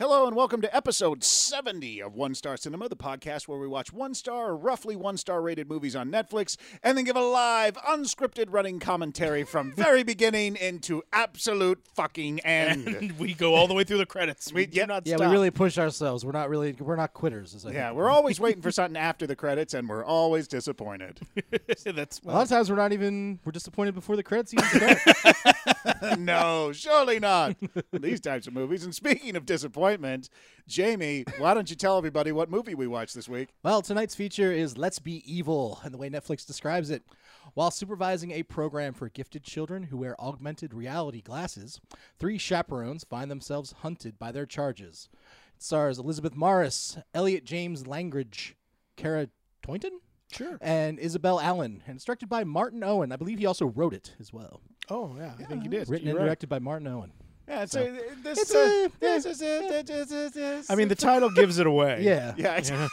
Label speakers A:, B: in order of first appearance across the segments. A: Hello and welcome to episode 70 of One Star Cinema, the podcast where we watch one star or roughly one star rated movies on Netflix and then give a live, unscripted running commentary from very beginning into absolute fucking end.
B: we go all the way through the credits. We,
A: We-
B: do
A: yep.
B: not
C: Yeah,
B: stop.
C: we really push ourselves. We're not really we're not quitters. Is I
A: yeah,
C: think.
A: we're always waiting for something after the credits and we're always disappointed.
B: That's
C: a lot of times we're not even we're disappointed before the credits even start.
A: no, surely not. These types of movies. And speaking of disappointment, Jamie, why don't you tell everybody what movie we watched this week?
C: well, tonight's feature is "Let's Be Evil" and the way Netflix describes it. While supervising a program for gifted children who wear augmented reality glasses, three chaperones find themselves hunted by their charges. It stars Elizabeth Morris, Elliot James Langridge, Kara Toynton,
B: Sure.
C: and Isabel Allen, and it's directed by Martin Owen. I believe he also wrote it as well.
B: Oh yeah, I think you
A: did.
C: Written and directed by Martin Owen.
A: Yeah, so, this
C: It's
A: uh,
C: a-
A: this is it. This is it.
B: I mean, the title gives it away.
C: Yeah.
A: yeah, it's-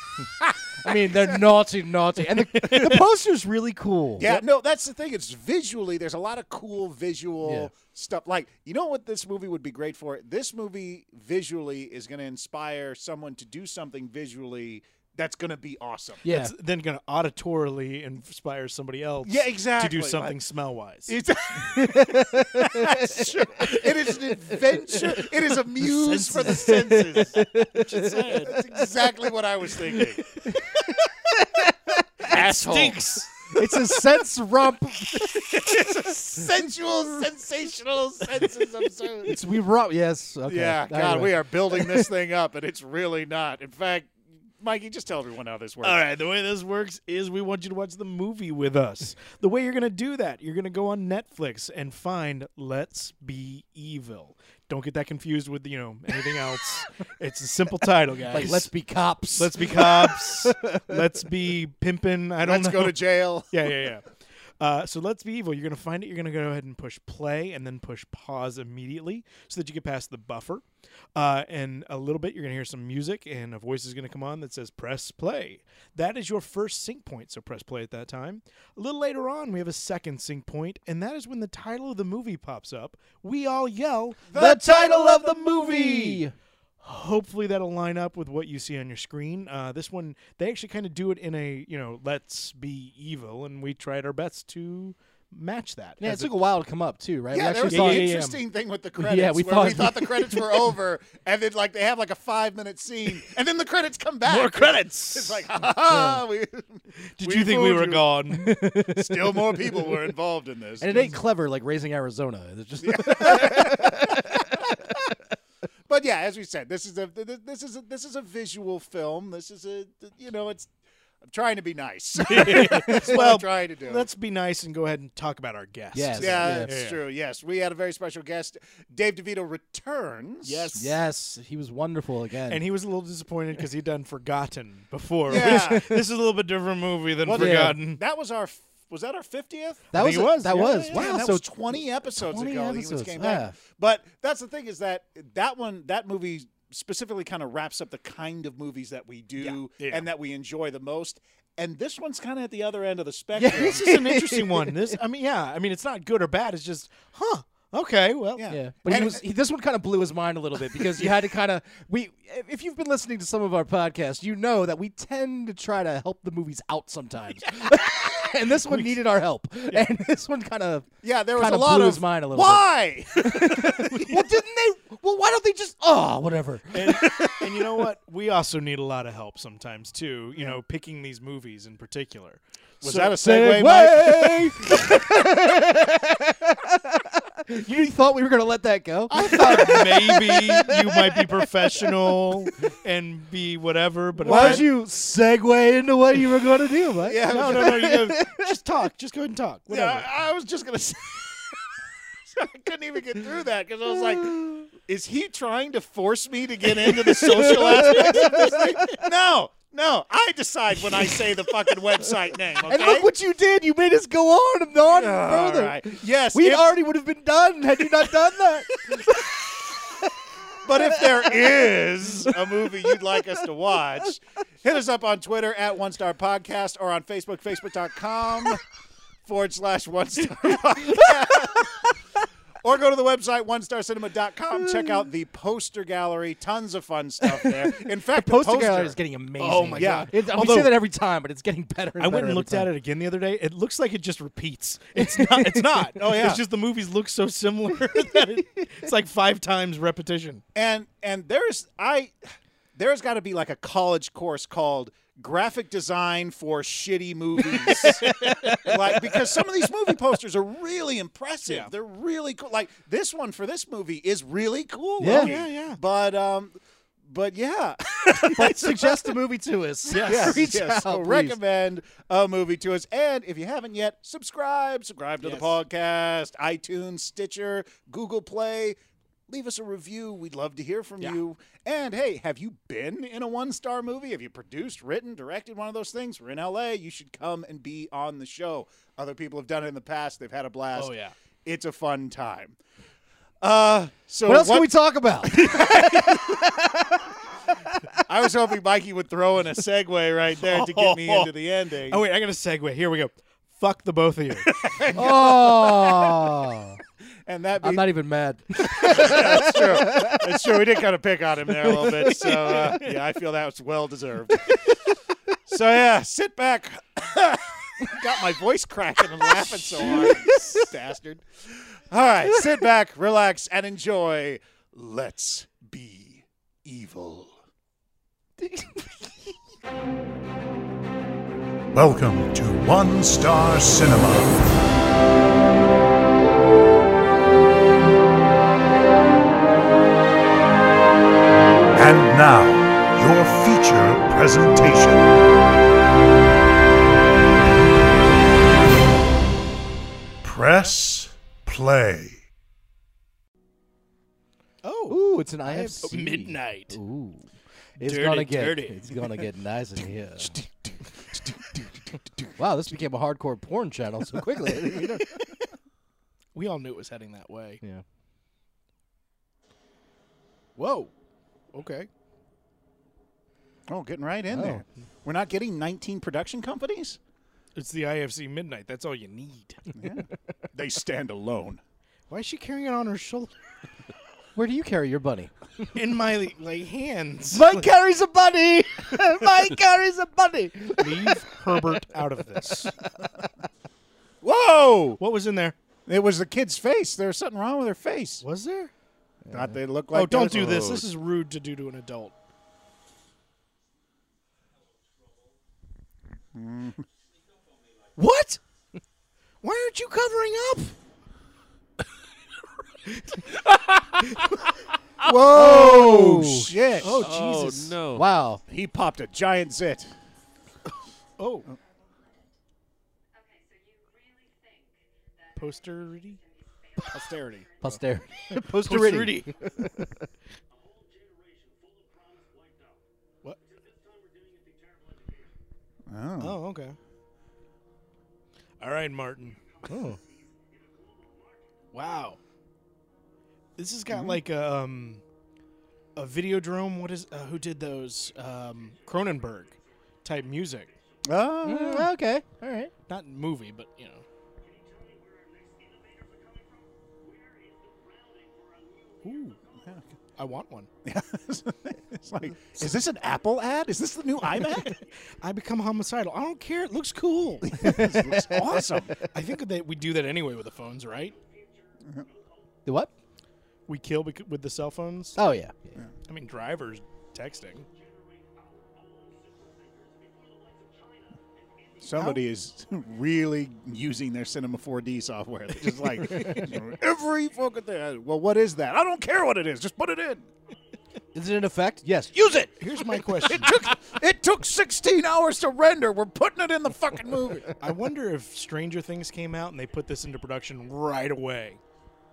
C: I mean, they're naughty, naughty, and the, the poster's really cool.
A: Yeah, no, that's the thing. It's visually, there's a lot of cool visual
C: Yeah.
A: stuff. Like, you know what this movie would be great for? This movie visually is going to inspire someone to do something visually that's going to be awesome.
C: yeah.
B: It's then going to auditorily inspire somebody else.
A: Yeah, exactly.
B: To do something
A: Like,
B: smell wise.
A: it's- that's true. It is an adventure. It is a muse for the senses. That's exactly what I was thinking. Asshole.
B: Oh. Stinks.
C: It's a sense rump.
A: Sensual, sensational senses. I'm sorry.
C: It's we rump. Yes. Okay.
A: Yeah, God, we
C: Anyway.
A: are building this thing up, and it's really not. In fact, Mikey, just tell everyone how this works.
B: All right, the way this works is we want you to watch the movie with us. the way you're going to do that, you're going to go on Netflix and find Let's Be Evil. Don't get that confused with, you know, anything else. it's a simple title, guys.
C: Like, let's be cops.
B: Let's be cops. let's be pimping. I don't
A: Let's
B: know.
A: go to jail.
B: yeah, yeah, yeah. Uh, so let's be evil. You're gonna find it. You're gonna go ahead and push play, and then push pause immediately, so that you get past the buffer. Uh, and a little bit, you're gonna hear some music, and a voice is gonna come on that says "press play." That is your first sync point. So press play at that time. A little later on, we have a second sync point, and that is when the title of the movie pops up. We all yell
C: the title of the movie.
B: hopefully that'll line up with what you see on your screen uh, this one they actually kind of do it in a you know let's be evil and we tried our best to match that
C: Yeah, it
B: as
C: took a while to come up too, right?
A: Yeah,
C: we
A: there was
C: actually
A: an
C: thought,
B: yeah, yeah.
A: interesting thing with the credits
C: we
A: where we
C: thought-
A: thought the credits were over, and then like they have like a five minute scene, and then the credits come back.
B: more credits
A: It's like, ha ha, ha we,
B: did
A: we
B: you think we
A: fooled
B: were
A: you.
B: gone
A: still more people were involved in this.
C: and it ain't clever like raising Arizona. It's just
A: But yeah, as we said, this is a th- th- this is a, this is a visual film. This is a you know it's. I'm trying to be nice. That's what
B: Well,
A: I'm trying to do.
B: let's be nice and go ahead and talk about our guests
C: Yes.
A: Yeah,
C: Yeah.
A: it's
B: Yeah.
A: true. Yes, we had a very special guest. Dave DeVito returns.
B: Yes.
C: yes, he was wonderful again.
B: and he was a little disappointed because he'd done forgotten before
A: Yeah.
B: which- this is a little bit different movie than
A: Well,
C: yeah.
B: forgotten
A: that was our. f- Was that our fiftieth?
C: that
B: think
C: was,
B: it was.
C: that
B: Yeah,
C: was
B: yeah,
C: wow.
A: that
C: so
A: was twenty episodes
C: 20
A: ago. that He was
C: episodes,
A: came back. But that's the thing is that that one that movie specifically kind of wraps up the kind of movies that we do
B: Yeah. Yeah.
A: and that we enjoy the most. And this one's kind of at the other end of the
C: Yeah.
A: spectrum.
B: this is an interesting one this i mean yeah i mean it's not good or bad it's just huh okay well
A: Yeah.
C: Yeah, but he
A: And-
C: was. He, this one kind of blew his mind a little bit because you had to kind of we. If you've been listening to some of our podcasts, you know that we tend to try to help the movies out sometimes. and this one needed our help, and this one kind of.
A: yeah, there was
C: Kinda
A: a lot
C: blew
A: of
C: his mind a little bit.
A: why.
C: Well, didn't they? Well, why don't they just? Oh, whatever.
B: and, and you know what? We also need a lot of help sometimes too. You know, picking these movies in particular.
A: Was
B: So-
A: that a segue? Mike?
C: Segway! you thought we were gonna let that go?
B: I thought maybe you might be professional and be whatever, but
C: Why
B: if
C: did you segue into what you were gonna do, Mike?
A: Yeah,
B: I- No, no, no. You go, just talk. Just go ahead and talk. Whatever.
A: Yeah, I I was just gonna say. I couldn't even get through that because I was like, "Is he trying to force me to get into the social aspects of this thing?" No, no. I decide when I say the fucking website name. Okay.
C: And look what you did! You made us go on and on
A: All
C: further.
A: right. Yes,
C: We
A: if-
C: already would have been done had you not done that.
A: but if there is a movie you'd like us to watch, hit us up on Twitter at One Star Podcast or on Facebook, facebook.com forward slash One Star Podcast. Or go to the website onestarcinema.com. Check out the poster gallery. Tons of fun stuff there. In fact, the
C: Poster,
A: poster,
C: gallery is getting amazing.
A: Oh my God.
C: It's, we
B: Although-
C: say that every time, but it's getting better. And
B: I went and looked at it again the other day. It looks like it just repeats. It's not. It's not.
A: Oh, yeah.
B: It's just the movies look so similar that it, it's like five times repetition.
A: and and there's I there's got to be like a college course called graphic design for shitty movies like because some of these movie posters are really impressive they're really cool like this one for this movie is really cool
C: Yeah.
A: looking.
B: Yeah, yeah.
A: but um but yeah
C: But suggest a movie to us.
B: Yes.
C: Reach out,
A: so
C: please.
A: recommend a movie to us and if you haven't yet subscribe subscribe to
B: Yes.
A: the podcast itunes stitcher google play leave us a review we'd love to hear from
B: Yeah.
A: you and hey have you been in a one star movie have you produced written directed one of those things we're in la you should come and be on the show other people have done it in the past they've had a blast
B: Oh, yeah.
A: it's a fun time uh so
C: What else can we talk about?
A: i was hoping mikey would throw in a segue right there to get me into the ending
B: Oh wait, I got a segue. Here we go. Fuck the both of you.
C: oh,
A: and that
C: I'm
A: being
C: not even mad.
A: That's true. That's true. We did kind of pick on him there a little bit. So, uh, yeah, I feel that was well deserved. So, yeah, sit back. Got my voice cracking and laughing so hard. Bastard. All right, sit back, relax, and enjoy. Let's be evil. Welcome to One Star Cinema.
D: And now, your feature presentation. Press play.
B: Oh,
C: Ooh, it's an IFC.
B: midnight.
C: Ooh. It's
B: Dirty,
C: gonna get
B: dirty.
C: it's gonna get nice in here. wow, this became a hardcore porn channel so quickly.
B: We all knew it was heading that way.
C: yeah.
B: Whoa. Okay.
A: Oh, getting right in there. We're not getting 19 production companies?
B: It's the IFC midnight. That's all you need.
A: They stand alone.
B: Why is she carrying it on her shoulder?
C: Where do you carry your bunny?
B: In my like hands.
C: Mike carries a bunny. Mike carries a bunny.
B: Leave Herbert out of this.
A: Whoa!
B: What was in there?
A: It was the kid's face. There's something wrong with her face.
B: Was there?
A: Not they look like.
B: Oh, don't
A: those-
B: do this. This is rude to do to an adult. What? Why aren't you covering up?
A: Whoa! shit!
B: Oh Jesus!
E: no.
C: Wow.
A: he popped a giant zit.
B: Oh,
F: Okay, so you really think that
B: posterity. Posterity.
C: Posterity.
B: Posterity. what?
A: Oh.
B: Oh, okay. All right, Martin.
C: Oh.
B: Wow. This has got like a, um, a Videodrome. What is? Uh, who did those? Um, Cronenberg type music.
A: Oh.
C: Mm, okay. All right.
B: Not movie, but you know. Ooh. I want one.
A: it's like, is this an Apple ad? Is this the new iMac?
B: I become homicidal. I don't care. It looks cool.
A: this looks awesome.
B: I think that we do that anyway with the phones, right?
C: The what?
B: We kill bec- with the cell phones.
C: Oh yeah.
B: I mean, drivers texting.
A: Somebody is really using their Cinema 4D software. They're just like every fucking thing. Uh, Well, what is that? I don't care what it is. Just put it in.
C: Is it in effect? Yes.
A: Use it.
B: Here's my question.
A: It took 16 hours to render. We're putting it in the fucking movie.
B: I wonder if Stranger Things came out and they put this into production right away.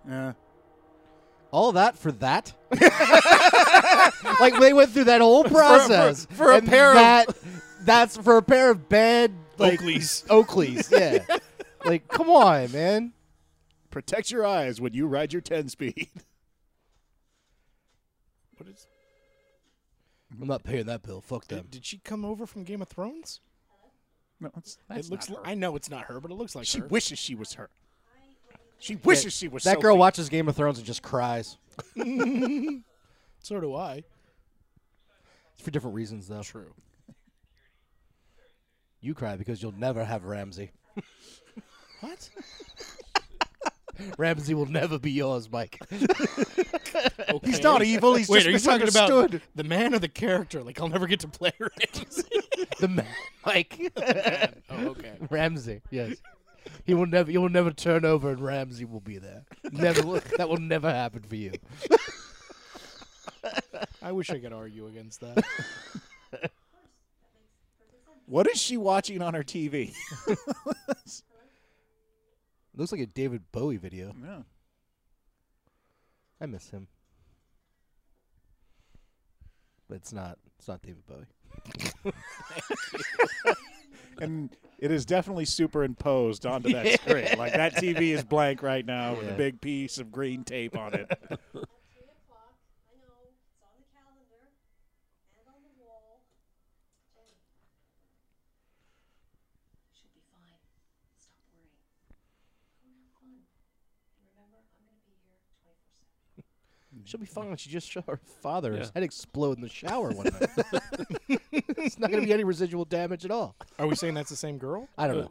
A: Yeah.
C: All that for that? like they went through that whole process
A: for a
C: and
A: pair of-
C: that, That's for a pair of bad like,
B: Oakleys.
C: Oakleys, yeah. like, come on, man.
A: Protect your eyes when you ride your 10 speed.
B: What is?
C: I'm not paying that bill. Fuck them.
B: Did, did she come over from Game of Thrones?
A: No, it's,
B: it looks. li- I know it's not her, but it looks like
A: she
B: her.
A: wishes she was her.
F: I will
A: She wishes she was
C: That
A: Sophie.
C: girl watches Game of Thrones and just cries.
G: So do I.
C: It's for different reasons, though.
G: True.
C: You cry because you'll never have Ramsey.
G: What?
C: Ramsey will never be yours, Mike.
G: Okay.
A: He's not evil. He's
G: Wait,
A: just
G: are you talking about
A: misunderstood.
G: the man or the character? Like I'll never get to play Ramsey.
C: the man, Mike.
G: oh, okay.
C: Ramsey, yes. He will never. You will never turn over, and Ramsey will be there. Never. will- that will never happen for you.
G: I wish I could argue against that.
A: What is she watching on her TV?
C: Looks like a David Bowie video.
A: Yeah.
C: I miss him. But it's not. It's not David Bowie.
A: and it is definitely superimposed onto that screen. Like that TV is blank right now with a
C: Yeah.
A: big piece of green tape on it.
H: Three o'clock. I know it's on the calendar and on the wall. Jenny. Should be fine. Stop worrying. Go and have fun. And remember, I'm gonna be here 24/7.
C: She'll be fine. She just shot her father.
G: Yeah.
C: His head explode in the shower one night. it's not going to be any residual damage at all.
B: Are we saying that's the same girl?
C: I don't know.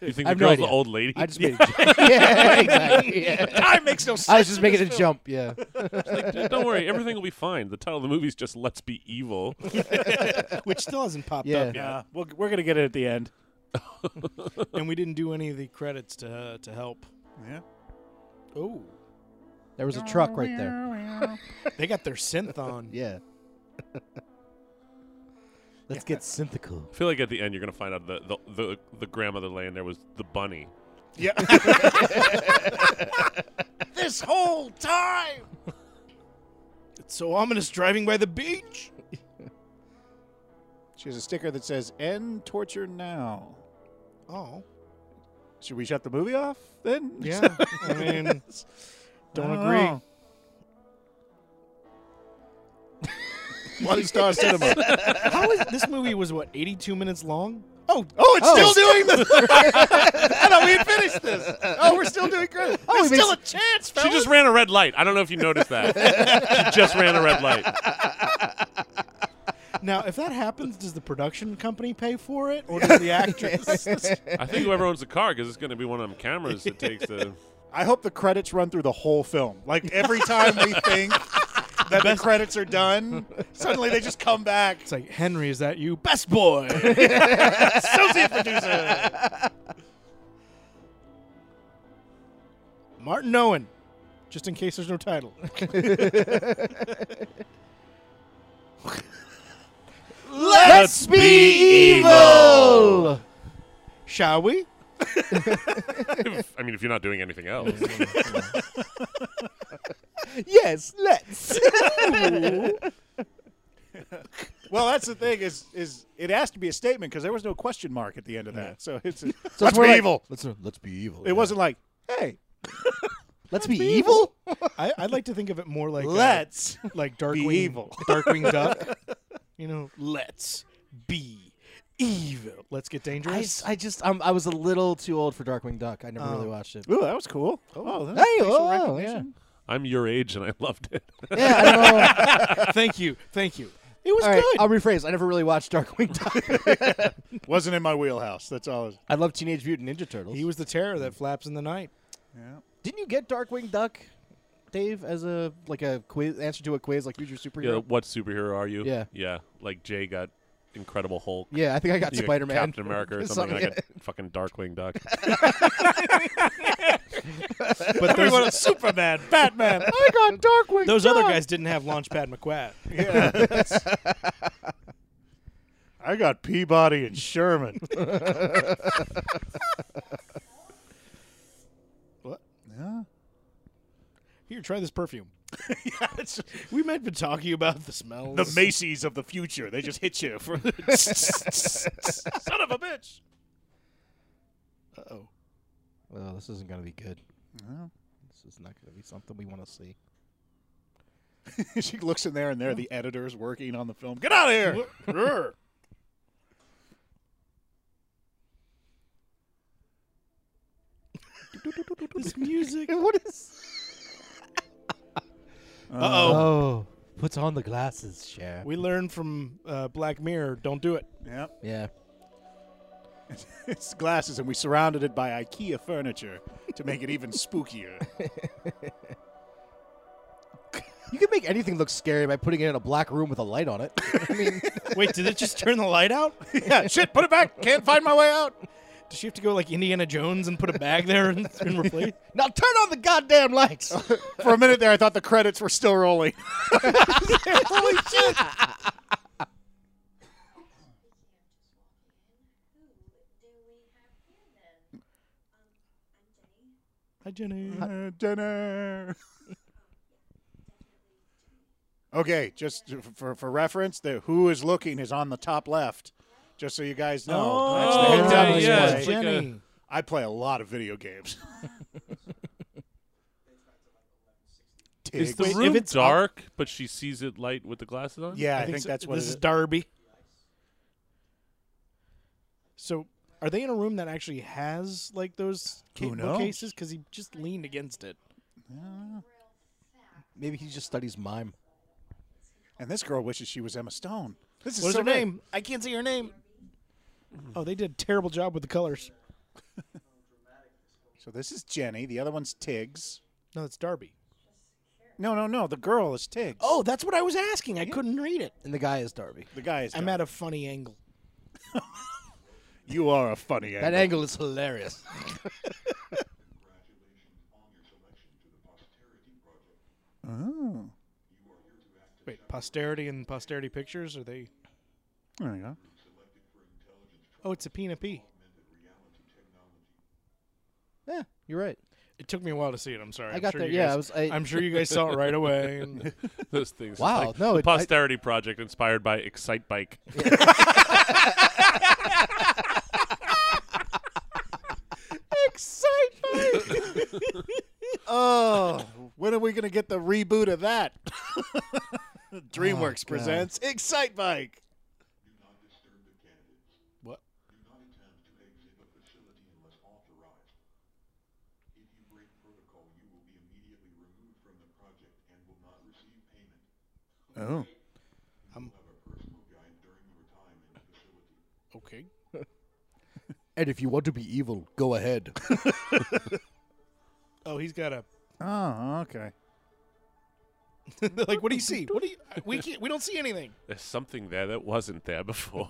I: You
C: I
I: think the
C: have no
I: girl's the
C: idea.
I: old lady?
C: I just made a joke. yeah, exactly. Yeah.
A: Time makes no sense.
C: I was just making a jump. Yeah.
I: Don't worry, everything will be fine. The title of the movie is just "Let's Be Evil."
B: Which still hasn't popped
C: Yeah.
B: up yet,
A: Yeah, Uh, we'll, we're gonna get it at the end.
B: and we didn't do any of the credits to uh, to help.
A: Yeah.
B: Oh,
C: There was a truck right there.
B: they got their synth on.
C: Yeah. Let's get synthical.
I: I feel like at the end you're gonna find out the the, the, the grandmother laying there was the bunny.
A: This whole time.
B: It's so ominous driving by the beach.
A: She has a sticker that says "End torture now."
B: Oh,
A: Should we shut the movie off then?
B: yeah. I mean, don't
A: I
B: agree.
A: know. One star cinema.
B: How is this movie was what 82 minutes long?
A: Oh, oh, it's
C: Oh.
A: still doing this. I know we finished this. Oh, we're still doing great. There's
C: we made
A: still a chance, fellas.
I: She just ran a red light. I don't know if you noticed that. she just ran a red light.
B: Now, if that happens, does the production company pay for it, or does the actress?
I: I think whoever owns the car, because it's gonna be one of them cameras that takes the.
A: I hope the credits run through the whole film. Like every time we think that the credits are done, suddenly they just come back.
B: It's like Henry, is that you, best boy?
A: Associate producer.
B: Martin Owen, just in case there's no title.
I: Let's be evil.
B: e- Shall we?
I: I mean, if you're not doing anything else,
C: Yes, let's.
A: Well, that's the thing is is it has to be a statement because there was no question mark at the end of that. So it's a,
C: let's
A: be evil.
C: Let's, let's be evil.
A: it wasn't like hey
C: Let's be evil?
B: I, I'd like to think of it more like uh,
A: let's
B: like Darkwing,
A: evil.
B: Darkwing Duck. You know, let's be evil. Let's get dangerous.
C: I, s- I just, um, I was a little too old for Darkwing Duck. I never really
B: Oh.
C: watched it.
A: ooh that was cool oh that-
C: Hey, oh, yeah.
I: I'm your age and I loved it.
C: Yeah, I don't know.
B: thank you, thank you. It was
C: All right,
B: good.
C: I'll rephrase. I never really watched Darkwing Duck.
A: wasn't in my wheelhouse that's all. it was-
C: I love Teenage Mutant Ninja Turtles.
B: he was the terror that flaps in the night.
C: Didn't you get Darkwing Duck, Dave, as a like a quiz answer to a quiz like who's your
I: Yeah,
C: superhero?
I: what superhero are you?
C: Yeah.
I: yeah. Like Jay got Incredible Hulk.
C: Yeah, I think I got
I: You got
C: Spider Man,
I: Captain America, or something. I got fucking Darkwing Duck.
B: But
A: Everyone
B: those,
A: else, Superman Batman
C: I got Darkwing.
B: those other guys didn't have Launchpad McQuad.
A: I got Peabody and Sherman what yeah
B: Here, try this perfume.
A: yeah it's just-
B: We might have been talking about the smells.
A: the Macy's of the future they just hit you for son of a bitch
B: Uh-oh.
C: Well, this isn't gonna be good. This is not gonna be something we want to see.
A: she looks in there, and there are the editors working on the film. Get out of here!
B: this music.
J: what is?
K: Oh. Puts on the glasses, Cher.
B: We learned from uh, Black Mirror. Don't do it.
A: Yep.
K: Yeah.
A: It's glasses, and we surrounded it by IKEA furniture to make it even spookier.
K: You can make anything look scary by putting it in a black room with a light on it. I mean,
B: Wait, did it just turn the light out?
A: yeah, shit, put it back. Can't find my way out.
B: Does she have to go like Indiana Jones and put a bag there and, and replace? Oh,
K: now turn on the goddamn lights.
A: For a minute there, I thought the credits were still rolling. Holy shit!
H: Do we have here then? Um, I'm Jenny.
B: Hi, Jenny.
A: Uh, dinner. Okay, just for for reference, the who is looking is on the top left, just so you guys know. That's the
I: Oh,
A: hint I
I: right,
A: was
I: yeah,
A: playing.
I: it's like a-
A: I play a lot of video games.
I: Is
A: Tig.
I: the
B: Wait, if
I: room
B: it's up-
I: dark, but she sees it light with the glasses on?
A: yeah, I, think,
B: so-
A: that's what
B: this
A: it
B: is
A: is.
B: Darby. So, are they in a room that actually has like those ca-
A: Who knows?
B: bookcases? Because he just leaned against it.
K: Maybe he just studies mime.
A: And this girl wishes she was Emma Stone. This is
B: What's
A: so
B: her
A: good.
B: name? I can't see her name. Oh, they did a terrible job with the colors.
A: So this is Jenny. The other one's Tiggs.
B: No, it's Darby.
A: No, no, no. The girl is Tiggs.
B: Oh, that's what I was asking. I couldn't read it.
K: And the guy is Darby.
A: the guy is.
B: I'm
A: Doug.
B: at a funny angle.
A: You are a funny.
K: That
A: angle.
K: angle is hilarious.
B: Oh. Wait, posterity and posterity pictures are they?
A: There you go.
B: Oh, it's a P and a P.
K: yeah, you're right.
B: It took me a while to see it. I'm sorry.
K: I
B: I'm
K: got
B: sure
K: there.
B: you
K: Yeah,
B: guys-
K: I was- I-
B: I'm sure you guys saw it right away. and-
I: Those things. It's
K: Wow,
I: like
K: no,
I: the
K: it- I-
I: posterity project inspired by Excite Bike.
A: Oh, when are we going to get the reboot of that? DreamWorks presents Excite Bike.
B: What?
A: Oh.
B: Okay.
K: And if you want to be evil, go ahead.
B: Oh, he's got a
A: Oh, okay.
B: like. What do you see? What do you? uh, We can't. We don't see anything.
I: There's something there that wasn't there before.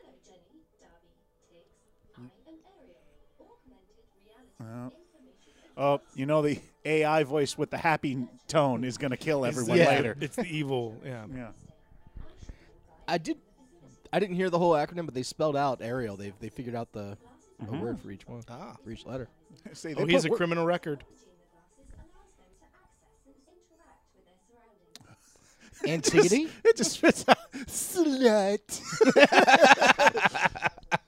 H: Hello, Jenny, Darby, Tiggs. I am Ariel. Augmented reality information.
A: Oh, you know the AI voice with the happy tone is going to kill everyone
K: yeah.
A: later.
B: It's the evil. Yeah.
A: Yeah.
K: I did. I didn't hear the whole acronym, but they spelled out Ariel. They they figured out the a word for each one,
B: Ah.
K: for each letter.
A: See, they
B: Oh, he has
A: put
B: a
A: wor-
B: criminal record.
H: Gene the glasses allows them to access and interact with their surroundings.
K: Antigone.
A: It just fits out. Slut.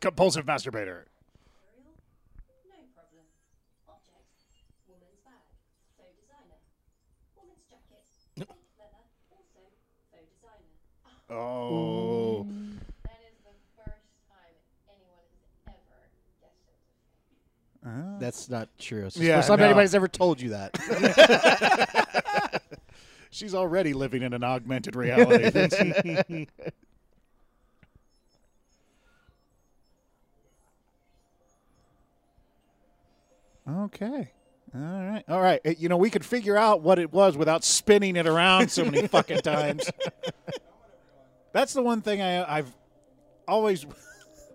A: Compulsive masturbator.
H: Ariel? No problem. Object? Woman's bag. Faux designer. Woman's jacket. Fake leather. Also faux designer.
A: Oh.
H: That is the first time anyone has ever guessed it was a fake.
K: That's not true. It's
A: Yeah,
K: yeah, first time
A: no.
K: anybody's ever told you that.
A: She's already living in an augmented reality. okay. All right. All right. Uh, You know, we could figure out what it was without spinning it around so many fucking times. That's the one thing I, I've always.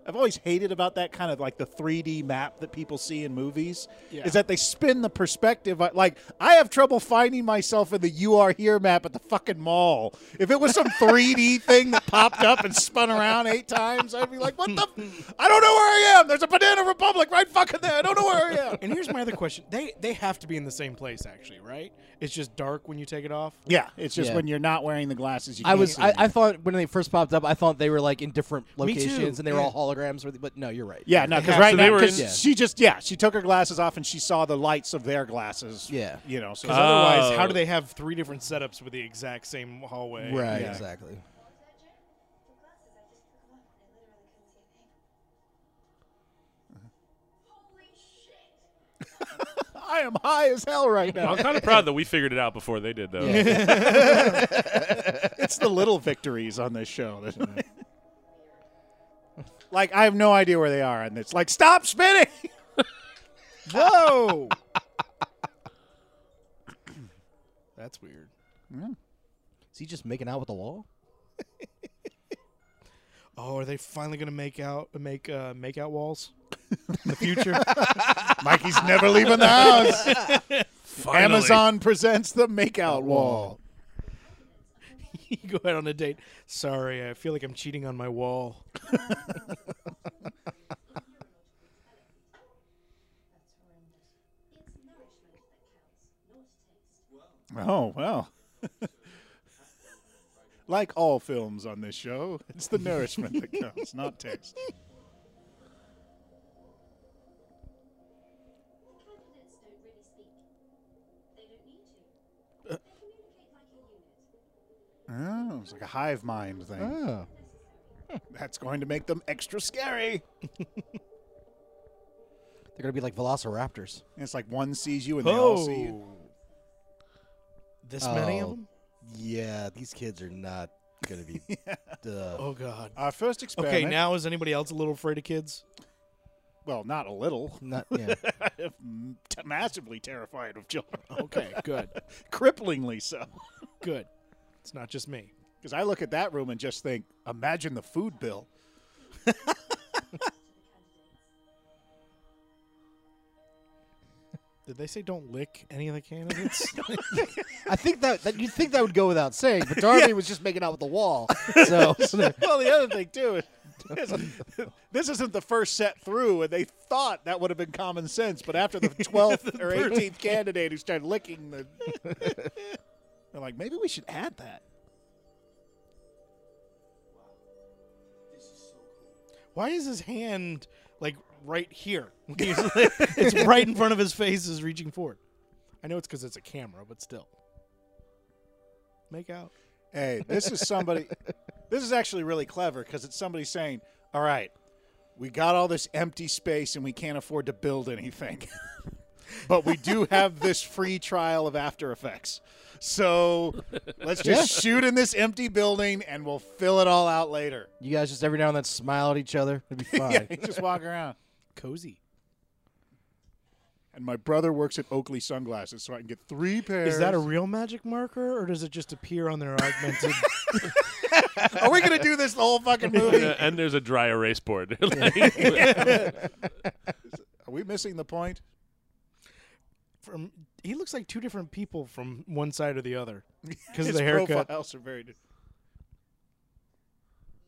A: I've always hated about that kind of like the 3D map that people see in movies is that they spin the perspective. uh, Like I have trouble finding myself in the "You Are Here" map at the fucking mall. If it was some 3D thing that popped up and spun around eight times, I'd be like, "What the? F- I don't know where I am. There's a Banana Republic right fucking there. I don't know where I am."
B: And here's my other question. They they have to be in the same place actually, right? It's just dark when you take it off.
A: Yeah, it's just
K: Yeah.
A: when you're not wearing the glasses. You
K: I
A: can't
K: was.
A: see
K: I,
A: them.
K: I thought when they first popped up, I thought they were like in different
B: Me too,
K: locations and they were
B: yeah.
K: all holograms. Or, but no, you're right.
A: Yeah, no, because
I: Yeah,
A: right
I: so they
A: now,
I: were
A: 'cause
K: in- Yeah.
A: she just yeah, she took her glasses off and she saw the lights of their glasses.
K: Yeah. Uh,
A: you know, so
B: Because otherwise, how
I: Oh.
B: do they have three different setups with the exact same hallway?
K: Right.
A: Yeah.
K: Exactly.
H: Is that Jenny? Uh-huh.
A: I am high as hell right now.
I: I'm kind of proud that we figured it out before they did, though.
A: it's the little victories on this show. that- uh, like I have no idea where they are on this. Like stop spinning.
B: Whoa!
J: That's weird.
K: Is he just making out with the wall?
B: oh, are they finally gonna make out make uh, make out walls in the future?
A: Mikey's never leaving the house.
I: Finally.
A: Amazon presents the makeout wall.
B: you go out on a date. Sorry, I feel like I'm cheating on my wall.
H: That's horrendous. It's nourishment that counts, not taste.
A: Oh well. like all films on this show, it's the nourishment that counts, not taste.
H: Candidates don't really speak. They don't need to. They communicate like a unit.
A: Oh, it's like a hive mind thing.
K: Oh.
A: That's going to make them extra scary.
K: They're going to be like velociraptors.
A: And it's like one sees you and they all see you.
B: This many of
K: Oh.
B: them?
K: Yeah, these kids are not going to be.
B: Oh God.
A: Our first experiment.
B: Okay, now is anybody else a little afraid of kids?
A: well, not a little.
K: not, yeah.
A: I'm t- massively terrified of children,
J: Okay, good,
A: cripplingly so.
J: good.
B: It's not just me.
A: Because I look at that room and just think, imagine the food bill.
B: Did they say don't lick any of the candidates?
K: I think that, that you'd think that would go without saying, but Darby was just making out with the wall. So,
A: well, the other thing too is this, this isn't the first set through, and they thought that would have been common sense, but after the twelfth or eighteenth candidate who started licking the, they're like, maybe we should add that.
B: Why is his hand like right here? He's like- it's right in front of his face. Is reaching forward. I know it's because it's a camera, but still. Make out.
A: Hey, this is somebody. this is actually really clever because it's somebody saying, "All right, we got all this empty space and we can't afford to build anything, but we do have this free trial of After Effects. So let's just shoot in this empty building and we'll fill it all out later.
K: you guys just every now and then smile at each other. It'd be fine.
A: Yeah, just walk around."
B: Cozy.
A: And my brother works at Oakley Sunglasses, so I can get three pairs.
B: Is that a real magic marker, or does it just appear on their augmented?
A: Are we gonna do this the whole fucking movie?
I: and, uh, and there's a dry erase board.
A: Are we missing the point?
B: from he looks like two different people from one side or the other because of
A: His
B: the haircut.
A: profiles are very.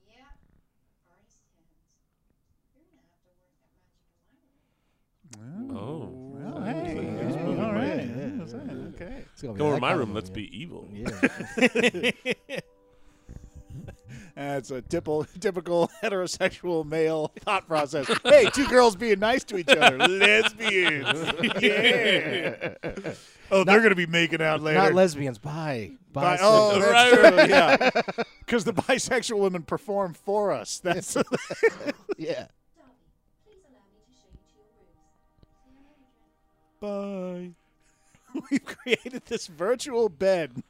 H: Yeah, artist hands. You're gonna have to work that magic alignment.
I: oh.
A: Oh, hey. all right. Okay.
K: It's gonna be
I: Go
K: that
I: over to my
K: kind of
I: room.
K: movie.
I: Let's be evil.
K: Yeah.
A: That's a typical, typical heterosexual male thought process. hey, two girls being nice to each other. Lesbians. yeah. Oh, they're going to be making out later.
K: Not lesbians. Bye. Bye.
A: Bi- oh,
I: Right,
A: that's
I: right,
A: true. Yeah. Because the bisexual women perform for us. That's
K: yeah.
H: Darby, please allow me to show you to your rooms. See you later, Jen.
B: Bye.
A: We've created this virtual bed.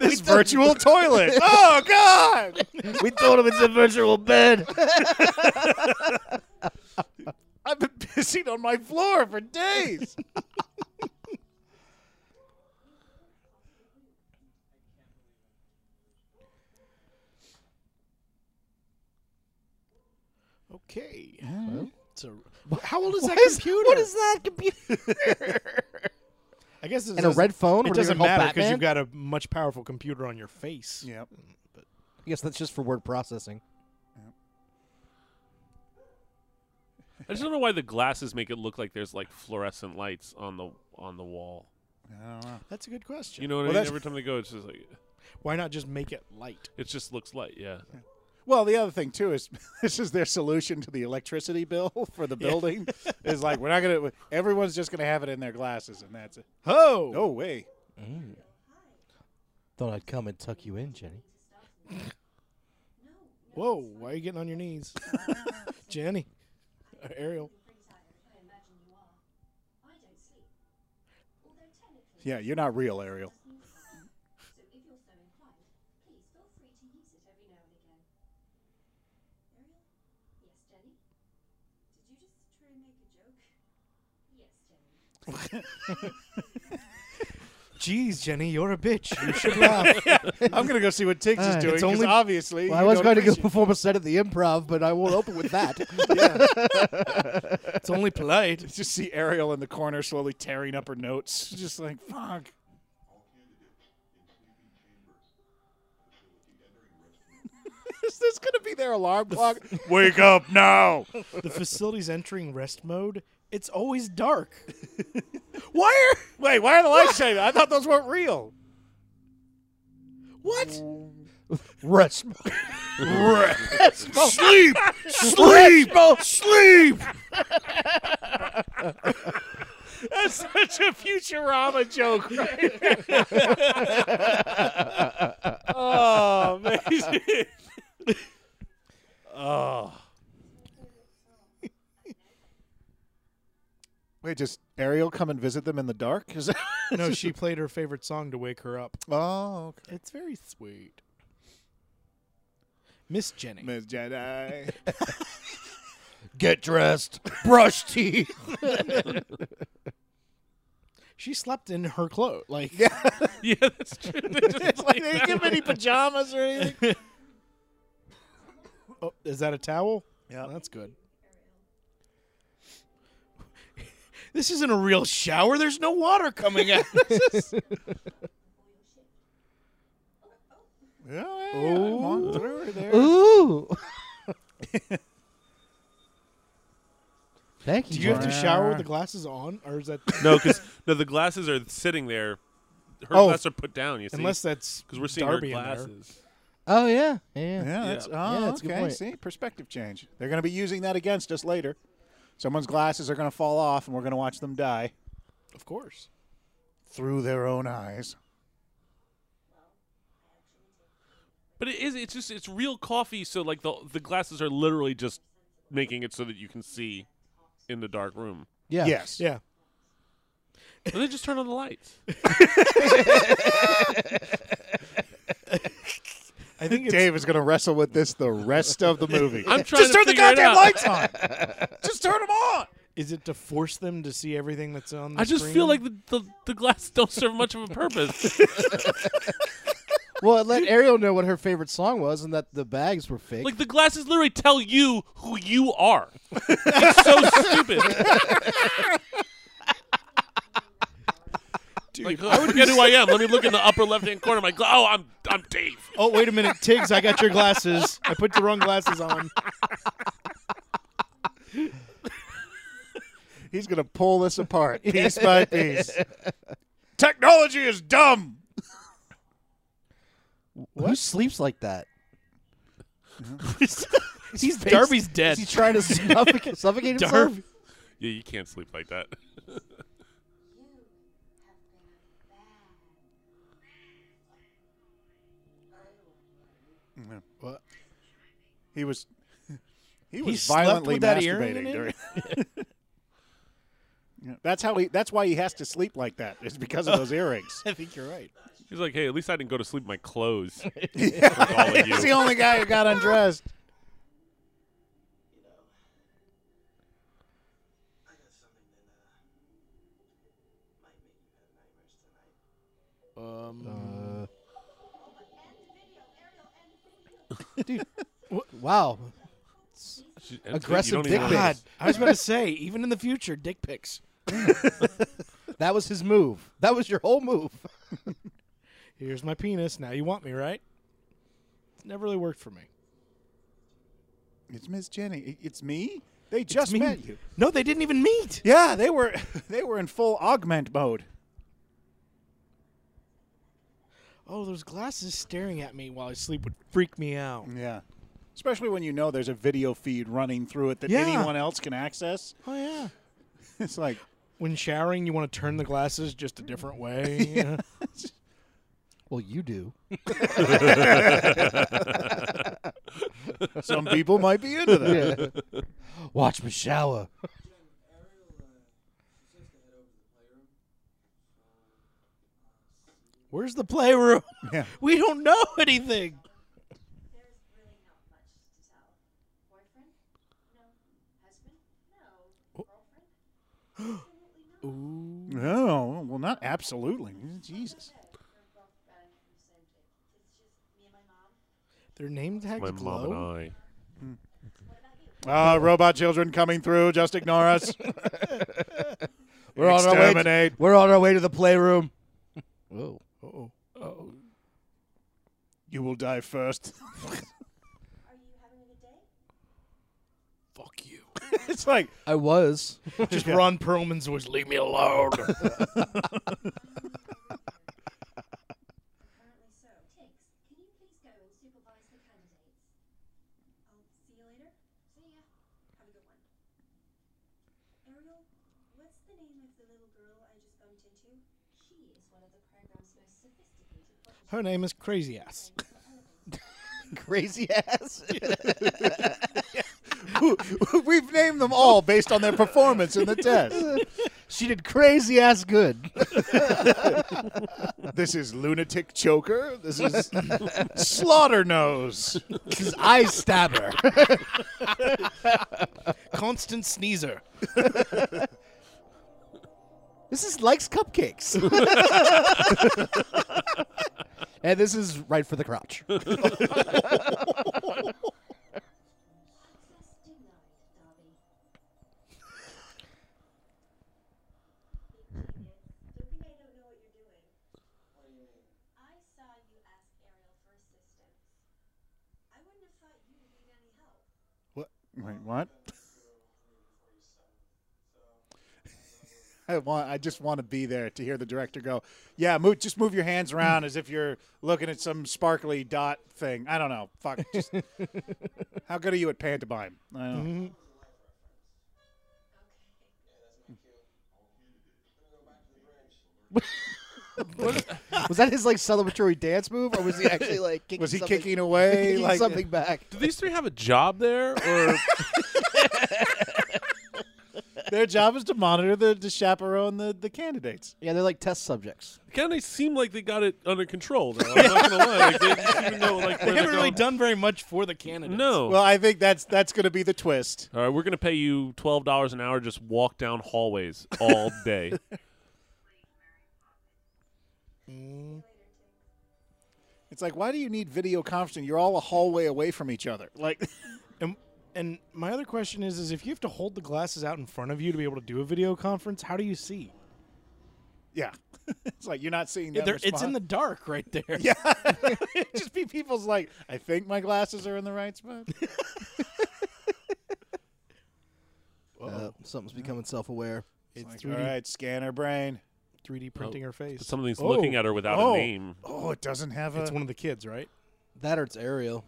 A: this virtual toilet. Oh, God.
K: we told him it's a virtual bed.
A: I've been pissing on my floor for days.
B: Okay. So
J: How old is that computer?
K: What is that computer?
B: I guess it's
K: And a red phone. What are
B: It
K: we
B: doesn't
K: gonna call
B: matter because you've
K: Batman?
B: got a much powerful computer on your face.
A: Yep.
K: I guess that's just for word processing.
I: I just don't know why the glasses make it look like there's like fluorescent lights on the on the wall.
B: That's a good question.
I: You know what
A: Well,
I: I mean?
A: that's-
I: Every time they go, it's just like
B: Why not just make it light?
I: it just looks light. Yeah.
A: Well, the other thing too is this is their solution to the electricity bill for the building. Is like we're not gonna. Everyone's just gonna have it in their glasses, and that's it.
B: Oh.
A: No way.
K: Thought I'd come and tuck you in, Jenny.
B: Whoa. Why are you getting on your knees, Jenny? Or Uh, Ariel.
H: I imagine you are. I don't sleep. Although technically,
A: Yeah, you're not real, Ariel.
H: doesn't mean that. so if you're so inclined, please feel free to use it every now and again. Ariel? Yes, Jenny? Did you just try and make a joke? Yes, Jenny.
B: Jeez, Jenny, you're a bitch. You should-
A: I'm gonna go see what Tiggs is
K: Uh,
A: doing.
K: it's
A: 'cause
K: only-
A: obviously,
K: Well, I
A: you
K: was
A: don't
K: going to go
A: appreciate-
K: perform a set at the improv, but I won't open with that.
B: it's only polite.
A: just see Ariel in the corner slowly tearing up her notes, just like fuck. is this gonna be their alarm clock?
C: Wake up now!
B: The facility's entering rest mode. It's always dark.
A: Why are wait? Why are the lights shining? I thought those weren't real.
B: What?
K: Rest.
C: Sleep! Sleep! Sleep!
A: That's such a Futurama joke. Right? oh, amazing. oh. Wait, just Ariel come and visit them in the dark? Is that-
B: No, she played her favorite song to wake her up.
A: oh, okay.
J: It's very sweet. Miss Jenny.
A: Miss Jedi.
K: Get dressed. Brush teeth.
J: She slept in her clothes. Like
I: yeah, that's true. They just
A: like, they didn't give any pajamas or anything.
B: Oh, is that a towel?
J: yeah, that's good.
B: This isn't a real shower. There's no water coming out.
A: Yeah, Oh, yeah, yeah, I'm on through her there.
K: Ooh. Thank you.
B: Do you have to
K: Jordan.
B: shower with the glasses on, or is that
I: No, because no, the glasses are sitting there. Her
B: Oh.
I: glasses are put down. You see,
B: unless that's
I: because we're seeing
B: Darby in
I: her
B: there.
I: glasses.
K: Oh yeah. Yeah.
A: Yeah, that's,
K: Yeah,
A: oh,
K: that's a good
A: okay.
K: point.
A: See, perspective change. They're going to be using that against us later. Someone's glasses are going to fall off, and we're going to watch them die
J: Of course.
A: through their own eyes.
I: But it is. It's just it's real coffee. So like the the glasses are literally just making it so that you can see in the dark room.
K: Yeah.
A: Yes.
B: yeah?
I: And then just turn on the lights.
B: I think it's,
A: Dave is going to wrestle with this the rest of the movie.
I: I'm trying
A: Just
I: to
A: turn the
I: figure it
A: goddamn
I: out.
A: lights on. Just turn them on.
B: is it to force them to see everything that's on. the
I: I just feel
B: screen?
I: like the, the the glasses don't serve much of a purpose.
K: Well, it let Ariel know what her favorite song was, and that the bags were fake.
I: like the glasses literally tell you who you are. It's so stupid. like, oh, I forget who I am. Let me look in the upper left hand corner. My gla- oh, I'm I'm Dave.
B: Oh wait a minute, Tiggs! I got your glasses. I put the wrong glasses on.
A: He's going to pull this apart piece by piece. Technology is dumb.
K: Who sleeps like that?
B: He's Darby's
K: Is
B: dead.
K: he trying to suffocate, suffocate himself?
B: Darby.
I: Yeah, you can't sleep like that.
A: He was. He was
B: slept
A: violently
B: with that earring in
A: masturbating
B: him?
A: during. Yeah, That's how he. That's why he has to sleep like that. Is because of those earrings.
J: I think you're right.
I: He's like, hey, at least I didn't go to sleep in my clothes. Like all of
A: He's
I: you.
A: the only guy who got undressed.
K: Wow.
I: She- that's it,
K: Aggressive
I: you don't
K: dick
I: even
K: pic.
I: wanna-
B: God, I was about to say, even in the future, dick pics.
K: That was his move. That was your whole move.
B: Here's my penis. Now you want me, right? It's never really worked for me.
A: It's Miss Jenny. I- It's me. They just
B: Me-
A: met you.
B: No, they didn't even meet.
A: Yeah, they were they were in full augment mode.
B: Oh, those glasses staring at me while I sleep would freak me out.
A: Yeah. Especially when you know there's a video feed running through it that
B: Yeah.
A: anyone else can access.
B: Oh yeah.
A: It's like
B: When showering, you want to turn the glasses just a different way.
K: Well, you do.
A: some people might be into that.
K: Watch me shower.
L: Ariel, uh, she says to head over
B: Where's the playroom?
A: Yeah.
B: We don't know anything.
H: There's really not much to tell. Boyfriend? No. Husband? No. Girlfriend? Absolutely not.
A: No, well, not absolutely. Jesus.
H: We're both running from the same thing. It's just me and my mom.
B: Their name tag
I: My mom and I.
A: Ah, robot children coming through. Just ignore us.
C: We're on, our way to,
A: Exterminate.
C: we're on our way to the playroom.
J: Whoa.
A: you will die first.
H: Are you having a good day?
J: Fuck you.
A: it's like,
C: I was.
B: Just Ron Perlman's voice. Leave me alone.
H: Apparently so. Tiggs, can you please go and supervise the candidates? I'll see you later. See ya. Have a good one. Ariel, what's the name of the little girl I just bumped into? She is one of the program's most sophisticated.
B: Her name is Crazy Ass.
C: Crazy ass.
A: we've named them all based on their performance in the test.
C: she did crazy ass good.
A: This is Lunatic Choker. This is Slaughter Nose.
C: Because I stab her.
B: Constant sneezer.
C: This is likes cupcakes. and this is right for the crotch.
H: Access denied, Darby. Don't think I don't know what you're doing. What do you mean? I saw you ask Ariel for assistance. I wouldn't have thought you would need any help.
A: What? Wait, what? I want. I just want to be there to hear the director go, "Yeah, move. Just move your hands around as if you're looking at some sparkly dot thing." I don't know. Fuck. Just, how good are you at pantomime? I don't know.
C: Was that his like celebratory dance move, or was he actually like kicking
A: Was he
C: something,
A: kicking away?
C: kicking
A: like
C: something back?
I: Do these three have a job there, or
A: their job is to monitor the to chaperone the the candidates.
C: Yeah, they're like test subjects.
I: kind of seem like they got it under control? Though I'm not gonna lie, like, they don't even know like where
B: They
I: they're
B: haven't really
I: going.
B: done very much for the candidates.
I: No.
A: Well, I think that's that's going to be the twist.
I: all right, we're gonna pay you twelve dollars an hour. Just walk down hallways all day.
A: It's like, why do you need video conferencing? You're all a hallway away from each other. Like,
B: And and my other question is is if you have to hold the glasses out in front of you to be able to do a video conference, how do you see?
A: yeah, it's like you're not seeing them.
B: There- it's in
A: respond.
B: the dark right there.
A: Yeah. It'd just be people's like, I think my glasses are in the right spot.
C: Uh, something's becoming self-aware.
B: It's
A: Like, all
B: 3D,
A: right, scanner brain.
B: 3D printing her face.
I: But something's
B: Oh.
I: looking at her without
A: Oh.
I: a name.
A: Oh, it doesn't have a.
B: It's one of the kids, right?
C: That or it's Ariel.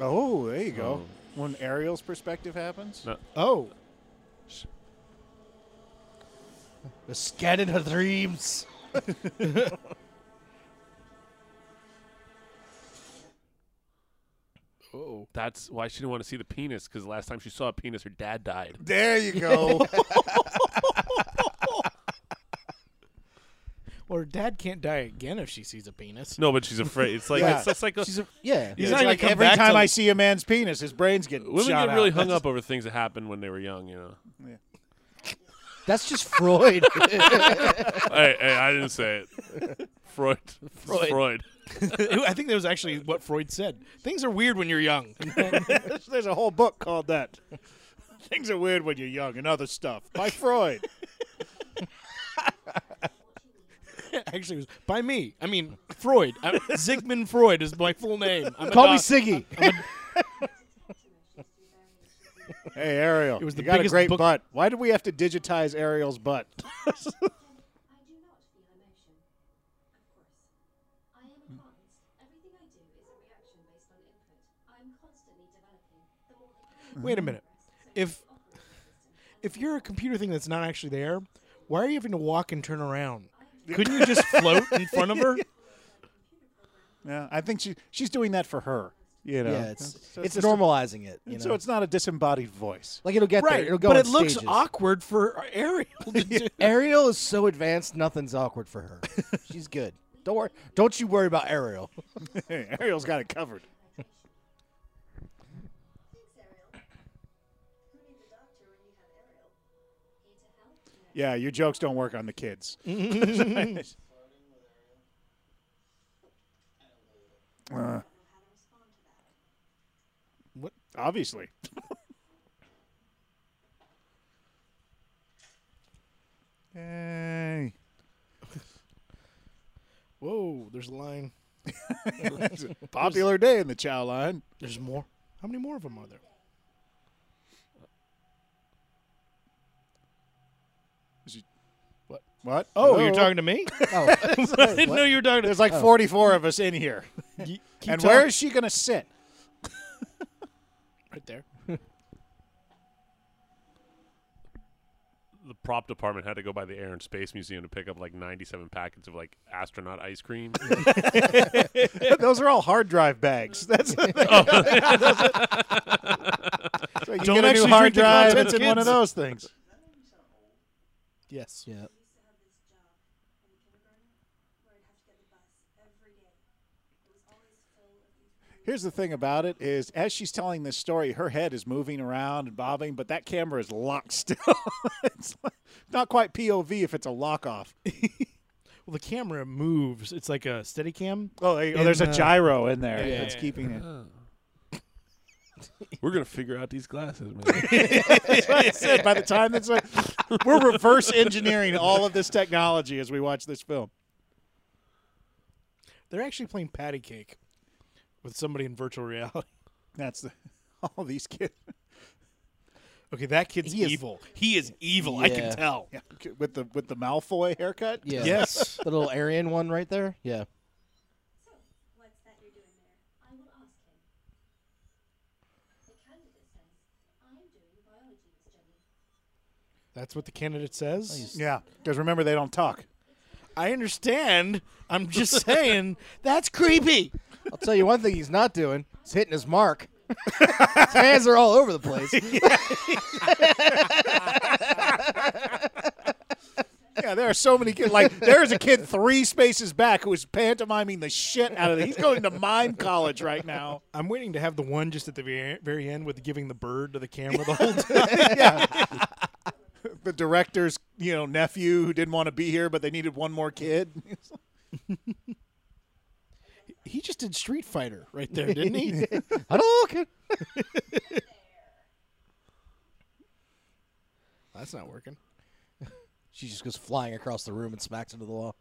A: oh, there you go. When Ariel's perspective happens.
I: No.
B: Oh.
C: Scanning her dreams.
J: Whoa.
I: That's why she didn't want to see the penis because last time she saw a penis, her dad died.
A: There you go.
B: Well, her dad can't die again if she sees a penis.
I: No, but she's afraid. It's like
A: Yeah.
I: it's, it's like a,
C: She's a, yeah.
B: He's
A: It's
B: not gonna
A: like
B: come
A: every
B: back
A: time
B: till-
A: I see a man's penis, his brain's getting
I: women
A: shot
I: get really
A: out.
I: hung up over things that happened when they were young. You know,
C: That's just Freud.
I: hey, hey, I didn't say it. Freud, Freud, Freud.
B: I think that was actually what Freud said. Things are weird when you're young.
A: There's a whole book called that. Things are weird when you're young and other stuff by Freud.
B: actually, it was by me. I mean, Freud. I, Zygmunt Freud is my full name. I'm a
C: Call me
B: doc-
C: Siggy.
A: Hey Ariel, it
B: was the
A: you got a
B: biggest
A: great
B: book-
A: butt. Why did we have to digitize Ariel's butt?
H: I do not feel emotion. Of course. I am advanced. Everything I do is a reaction based on input. I'm constantly developing. The more I can
B: Wait a minute. If if you're a computer thing that's not actually there, why are you having to walk and turn around? Couldn't you just float in front of her?
A: Yeah, I think she she's doing that for her. You know,
C: yeah, it's
A: So
C: it's
A: just a-
C: normalizing it. You know?
A: so it's not a disembodied voice.
C: like it'll get there.
B: Right,
C: It'll go
B: but
C: in
B: it looks
C: stages.
B: awkward for Ariel to do.
C: Ariel is so advanced, nothing's awkward for her. She's good. Don't worry. Don't you worry about Ariel.
A: Ariel's got it covered.
H: Thanks, Ariel. Who needs a doctor when you have Ariel? Here to
A: Yeah,
H: help? No.
A: your jokes don't work on the kids. Uh,
H: I don't know how to respond to that.
A: obviously. Hey.
B: Whoa, there's a line.
A: It's a popular day in the chow line.
B: There's more. How many more of them are there?
A: What? Oh,
B: you're
A: you're talking.
B: talking to me?
C: Oh,
B: I didn't know you were talking to
A: There's like 44 of us in here.
B: Y- keep
A: And
B: talking.
A: where is she going to sit?
B: right there?
I: The prop department had to go by the Air and Space Museum to pick up like 97 packets of like astronaut ice cream.
A: Those are all hard drive bags. That's so you
B: Don't
A: get a new
B: actually
A: hard
B: drink the
A: drive.
B: contents,
A: It's in one of
B: kids.
A: those things.
B: Yes.
C: yeah.
H: used to have this job in kindergarten where I'd have to get the bus every day. It was always full of these really
A: Here's the thing about it is as she's telling this story, her head is moving around and bobbing, but that camera is locked still. it's like- not quite POV if it's a lock off.
B: Well, the camera moves. It's like a steady cam.
A: Oh, there you go.
B: In
A: there's a
B: the-
A: gyro in there
B: Yeah,
A: that's
B: yeah, yeah.
A: keeping it.
I: We're gonna figure out these glasses, man.
A: That's what I said. By the time that's like, we're reverse engineering all of this technology as we watch this film.
B: They're actually playing patty cake with somebody in virtual reality.
A: That's the all these kids
B: Okay, that kid's
C: He is-
B: evil. He is evil. I can
C: Yeah.
B: tell.
A: yeah, with the with the Malfoy haircut.
C: Yeah.
B: Yes.
C: The little Aryan one right there. Yeah.
H: So, what's that you're doing there? I will ask him. The candidate says, I'm doing biology, Miss Jenny.
B: That's what the candidate says.
A: Yeah, because remember they don't talk.
B: I understand. I'm just saying that's creepy.
C: I'll tell you one thing he's not doing. He's hitting his mark. his hands are all over the place.
A: Yeah, there are so many kids. Like there's a kid three spaces back who is pantomiming the shit out of it. He's going to mime college right now.
B: I'm waiting to have the one just at the very- very end with giving the bird to the camera the whole time.
A: The director's you know nephew who didn't want to be here, but they needed one more kid.
B: he just did Street Fighter right there, didn't he?
C: I don't look.
B: that's not working.
C: She just goes flying across the room and smacks into the wall.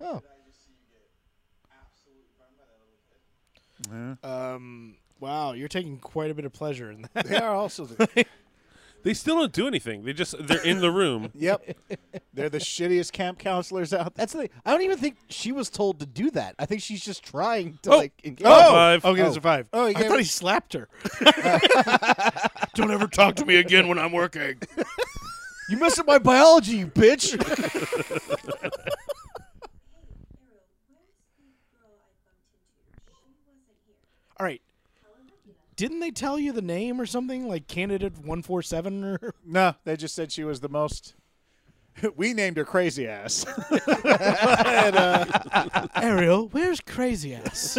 C: oh.
B: Um, wow, you're taking quite a bit of pleasure in that.
A: They are also.
I: they still don't do anything. They just they're in the room.
A: yep, they're the shittiest camp counselors out there.
C: That's the thing. I don't even think she was told to do that. I think she's just trying to like engage.
I: Five.
B: okay, there's a five.
A: Oh, he
B: I
A: gave
B: thought
A: it-
B: he slapped her.
J: Don't ever talk to me again when I'm working.
C: You messed up my biology, you bitch.
H: Hey, Ariel, where's the girl I bumped into? She wasn't here.
B: All right. Didn't they tell you the name or something like candidate one four seven or?
A: No, they just said she was the most. We named her crazy ass.
B: Ariel, where's crazy ass?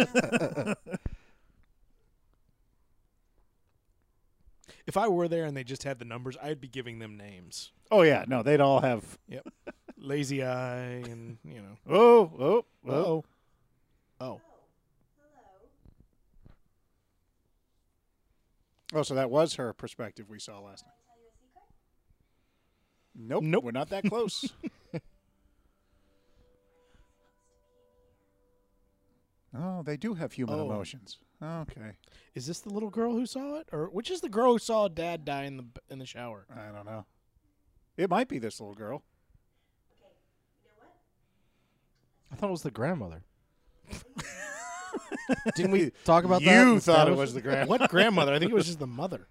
B: if I were there and they just had the numbers, I'd be giving them names.
A: oh yeah, no, they'd all have.
B: Yep. Lazy eye and you know.
A: Oh, oh, oh.
B: Uh-oh.
H: Hello?
A: Oh, so that was her perspective we saw last night.
H: Tell you a secret?
A: Nope,
B: Nope.
A: we're not that close. oh, they do have human emotions. Okay,
B: Is this the little girl who saw it, or which is the girl who saw dad die in the in the shower?
A: I don't know. It might be this little girl.
H: Okay, you know what?
C: I thought it was the grandmother. Didn't we talk about that?
A: you
C: in
A: thought
C: Star
A: it
C: Wars?
A: was the grandma.
B: What grandmother? I think it was just the mother.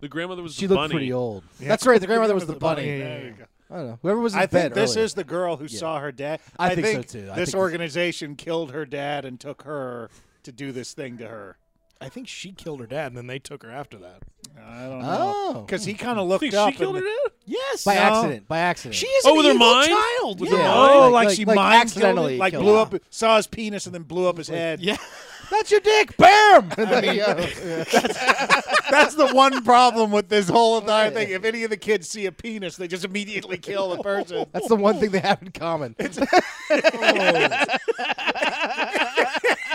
I: The grandmother was
C: She
I: the
C: looked
I: bunny.
C: pretty old. That's right. The grandmother was the bunny.
A: There you go.
C: I don't know. Whoever was in
A: I
C: bed
A: think this
C: earlier.
A: is the girl who saw her dad.
C: I think so, too. I
A: this
C: think-
A: organization killed her dad and took her to do this thing to her.
B: I think she killed her dad, and then they took her after that.
A: I don't know.
K: Oh.
A: Because he kind of looked
I: Think
A: up.
I: she killed her
A: and,
I: dad?
B: Yes,
C: By
A: No.
C: accident. By accident.
B: she is.
I: Oh,
B: an
I: with her
B: evil
I: mind?
B: Child.
C: Yeah.
A: Oh, like,
C: Like-
A: she
C: like- like
A: mind
C: accidentally
A: killed him?
C: killed
A: like blew
C: him.
A: up, saw his penis and then blew up his head.
B: Yeah.
C: That's your dick. Bam. And there you go.
A: That's the one problem with this whole entire thing. If any of the kids see a penis, they just immediately kill the person.
C: That's the one thing they have in common.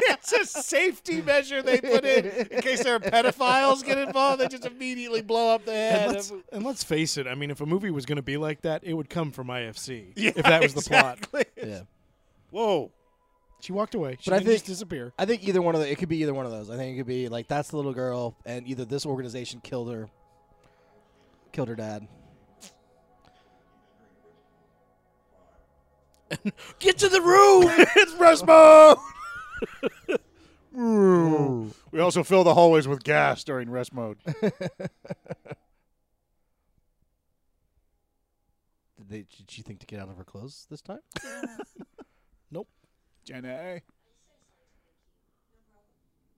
A: It's a safety measure they put in in case their pedophiles get involved. They just immediately blow up the
B: And
A: head.
B: let's, and let's face it. I mean, if a movie was going to be like that, it would come from IFC. if that was the plot,
C: yeah.
A: Whoa.
B: she walked away. She
C: But I
B: didn't just
C: think-
B: disappear.
C: I think either one of the it could be either one of those. I think it could be like that's the little girl, and either this organization killed her, killed her dad.
B: Get to the room.
A: It's Resmo! we also fill the hallways with gas during rest mode.
C: Did they? Did she think to get out of her clothes this time?
A: Jenna. eh?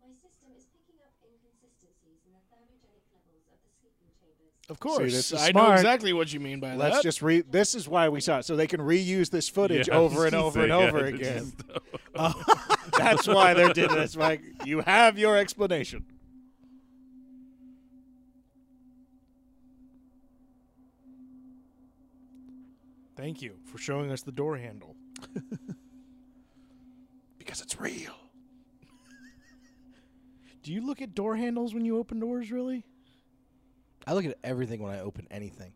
H: My system is picking up inconsistencies in the thermogenic levels of the sleeping chambers.
B: Of
A: See,
B: course,
A: this is
B: I know
A: smart.
B: exactly what you mean by
A: Let's
B: that.
A: just re. This is why we saw it, so they can reuse this footage
I: Yeah, I was
A: over and
I: gonna
A: over
I: say,
A: and
I: yeah,
A: over
I: it
A: again.
I: just-
A: That's why they're doing this. Like you have your explanation.
B: Thank you for showing us the door handle.
A: Because it's real.
B: Do you look at door handles when you open doors? Really?
C: I look at everything when I open anything.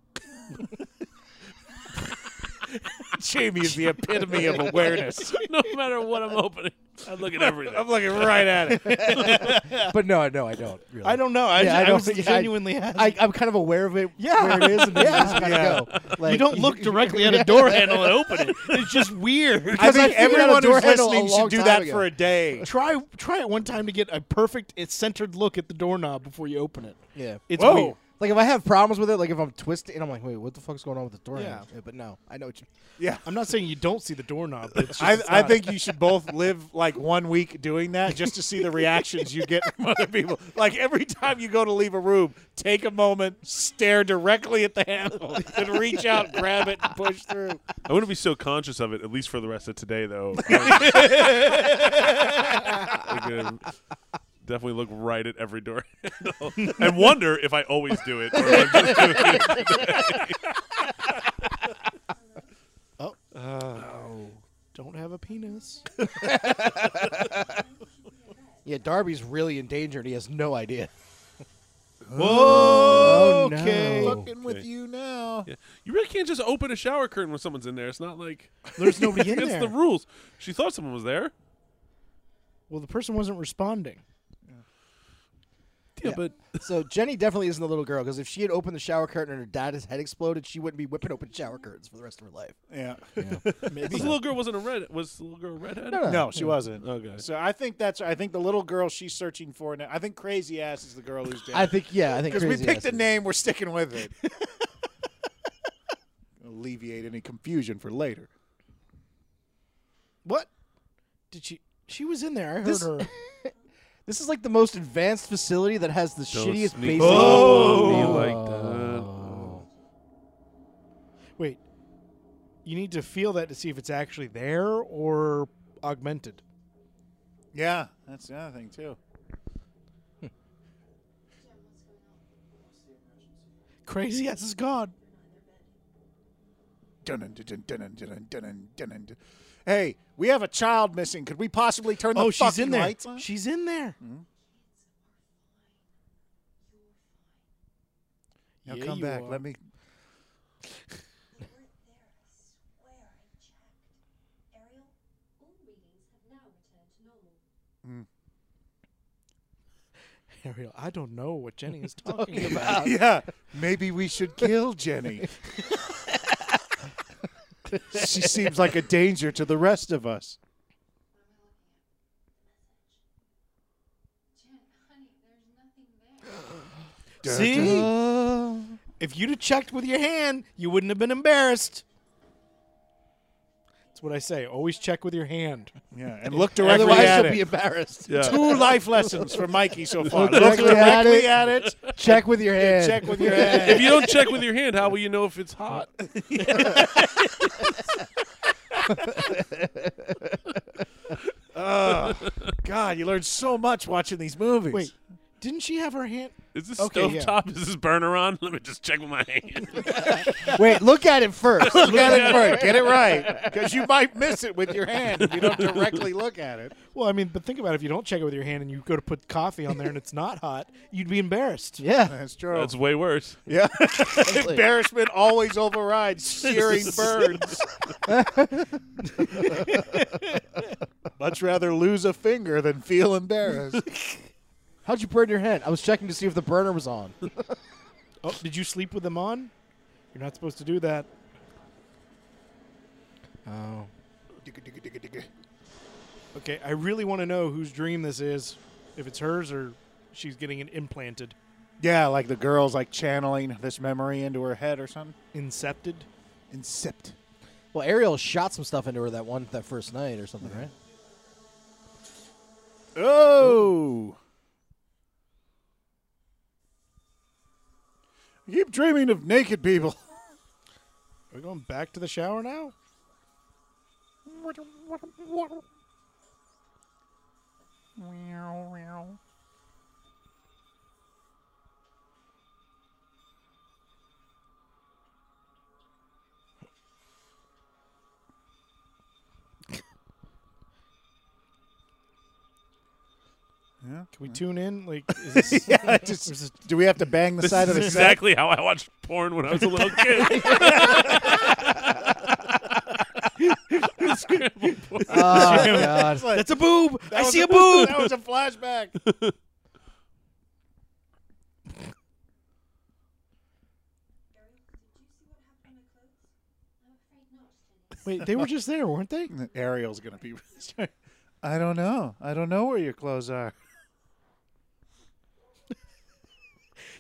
A: Jamie is the epitome of awareness.
I: no matter what I'm opening, I look at everything.
A: I'm looking right at it.
C: But no, I- no, I don't. Really.
B: I don't know. I,
C: Yeah,
B: ju-
C: I
B: I
C: don't-
B: was
C: yeah, I-
B: genuinely
C: I, I'm kind of aware of it.
B: Yeah.
C: Where it is, and then
B: Yeah.
C: you just kind
A: Yeah.
C: of go. Like,
B: you don't look directly at a door handle and open it. It's just weird.
A: I
C: Because I
A: think
C: figured out a
A: everyone
C: door
A: who's
C: handle a
A: listening should
C: long
A: do
C: time
A: that
C: ago.
A: for a day.
B: try try it one time to get a perfect it's centered look at the doorknob before you open it.
C: Yeah.
B: It's
A: Whoa.
B: weird.
C: Like if I have problems with it, like if I'm twisted, and I'm like, wait, what the fuck's going on with the door?
B: Yeah.
C: handle? Yeah, but no, I know what you.
A: Yeah.
B: I'm not saying you don't see the doorknob. But it's just,
A: I,
B: it's
A: I
B: not-
A: think you should both live like one week doing that just to see the reactions you get from other people. Like every time you go to leave a room, take a moment, stare directly at the handle, and reach out, grab it, and push through.
I: I wouldn't be so conscious of it, at least for the rest of today, though. I'm gonna um, definitely look right at every door handle and wonder if I always do it. Or if I'm just doing it
B: don't have a penis.
C: Yeah, Darby's really in danger, and he has no idea.
A: Oh, Okay.
C: no.
A: Fucking with you now.
I: Yeah. You really can't just open a shower curtain when someone's in there. It's not like
B: There's nobody in
I: it's
B: there.
I: the rules. She thought someone was there.
B: well, the person wasn't responding.
I: Yeah,
C: Yeah.
I: but
C: So Jenny definitely isn't the little girl because if she had opened the shower curtain and her dad's head exploded, she wouldn't be whipping open shower curtains for the rest of her life.
A: Yeah.
I: this little girl wasn't a red. Was the little girl redheaded?
A: No, she wasn't.
I: Okay.
A: So I think that's I think the little girl she's searching for now. I think crazy ass is the girl who's dead.
C: I think, yeah, I think
A: because we
C: Crazy
A: picked
C: Ass
A: a
C: is-
A: name, we're sticking with it. Alleviate any confusion for later.
B: What? Did she? She was in there. I heard
C: This-
B: her.
C: This is like the most advanced facility that has the
I: Don't
C: shittiest
I: sneak
C: basement.
I: up on me
C: Oh.
I: like
A: Oh.
I: that.
B: Wait. You need to feel that to see if it's actually there or augmented.
A: Yeah, that's the other thing too.
B: Crazy ass is gone.
A: Dun-dun, dun-dun, dun-dun, dun-dun, dun-dun, dun-dun, dun. Hey, we have a child missing. Could we possibly turn the
B: oh, she's
A: fucking
B: in there. Mm.
A: lights on?
B: She's in there.
A: now
B: Yeah,
A: come
B: you
A: back.
B: are.
A: Let me.
H: You weren't there, I swear I checked. Ariel, all readings have now returned to normal.
B: Ariel, I don't know what Jenny is talking about.
A: yeah, maybe we should kill Jenny. she seems like a danger to the rest of us.
H: Jen, honey, there's nothing there.
B: See? If you'd have checked with your hand, you wouldn't have been embarrassed. That's That's what I say. Always check with your hand.
A: Yeah, and look directly at it.
C: embarrassed.
A: Two life lessons for Mikey so far. Look
C: directly
A: directly
C: at it.
A: at it.
C: Check with your hand.
A: Check with your hand.
I: if you don't check with your hand, how will you know if it's hot?
A: Oh, God, you learn so much watching these movies.
B: Wait, didn't she have her hand?
I: Is this
B: Okay,
I: stove
B: yeah.
I: top? Is this burner on? Let me just check with my hand.
C: Wait, look at it first.
A: Look at it first. Get it right. Because you might miss it with your hand if you don't directly look at it.
B: Well, I mean, but think about it. If you don't check it with your hand and you go to put coffee on there and it's not hot, you'd be embarrassed.
C: yeah.
A: That's true.
I: That's way worse.
A: yeah. Embarrassment always overrides searing burns. Much rather lose a finger than feel embarrassed.
C: How'd you burn your hand? I was checking to see if the burner was on.
B: Oh, did you sleep with them on? You're not supposed to do that.
C: Oh.
B: Okay, I really want to know whose dream this is. If it's hers or she's getting it implanted,
A: Yeah, like the girl's like channeling this memory into her head or something.
B: incepted.
A: Incept.
C: Well, Ariel shot some stuff into her that one that first night or something, right?
A: Oh. I keep dreaming of naked people.
B: Are we going back to the shower now?
A: Yeah.
B: Can we tune in? Like, is this,
A: Mm-hmm. Yeah,
B: is
A: just-
B: this-
A: Do we have to bang the
I: This
A: side
I: is
A: of the set?
I: exactly how I watched porn when I was a little kid. Scrambled porn.
C: Oh, God.
A: like-
B: that's a boob.
A: That
B: I
A: was
B: see a boob.
A: That was a flashback.
H: Ariel, did you see what happened to my clothes? I'm afraid not, Jenny.
B: Wait, they were just there, weren't they?
A: Ariel's gonna be. I don't know. I don't know where your clothes are.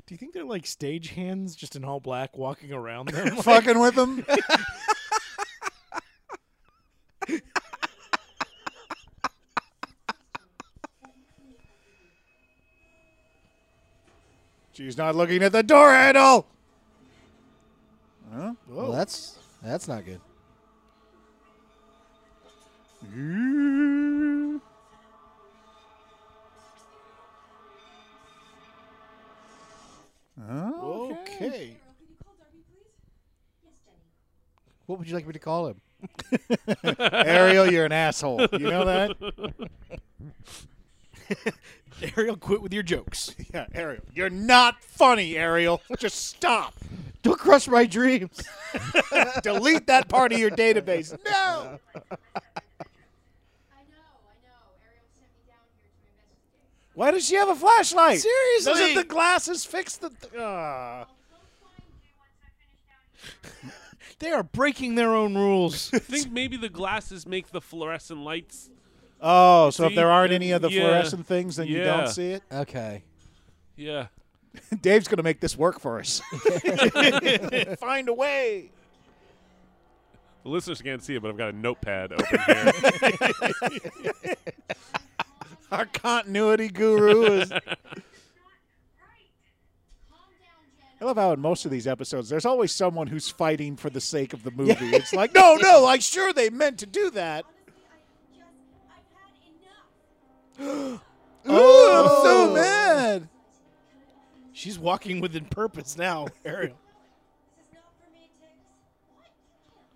B: Do you think they're like stage hands, just in all black, walking around them?
A: Fucking with them. She's not looking at the door handle. Huh?
C: Well, that's that's not good.
A: Oh, okay.
B: okay.
H: Ariel, can you call Darby, please? Yes, Jenny.
C: What would you like me to call him?
A: Ariel, you're an asshole. You know that?
B: Ariel, quit with your jokes.
A: Yeah, Ariel. You're not funny, Ariel. Just stop.
C: Don't crush my dreams.
A: Delete that part of your database. No.
H: I know, I know. Ariel sent me down here to investigate.
A: Why does she have a flashlight?
B: Seriously?
A: Doesn't the glasses fix the? Th- Ah.
B: They are breaking their own rules.
I: I think maybe the glasses make the fluorescent lights.
A: Oh, so if
I: See? uh,
A: there aren't any of the
I: Yeah.
A: fluorescent things, then you
I: Yeah.
A: don't see it.
C: Okay.
I: Yeah.
A: Dave's gonna make this work for us. Find a way.
I: The listeners can't see it, but I've got a notepad open here.
A: Our continuity guru is.
H: Calm down, Jen.
A: I love how in most of these episodes, there's always someone who's fighting for the sake of the movie. It's like, no, no, like sure they meant to do that.
H: Honestly, I just, I've had enough.
A: Oh, I'm so mad.
B: She's walking within purpose now, Ariel.
H: This is not romantics. What?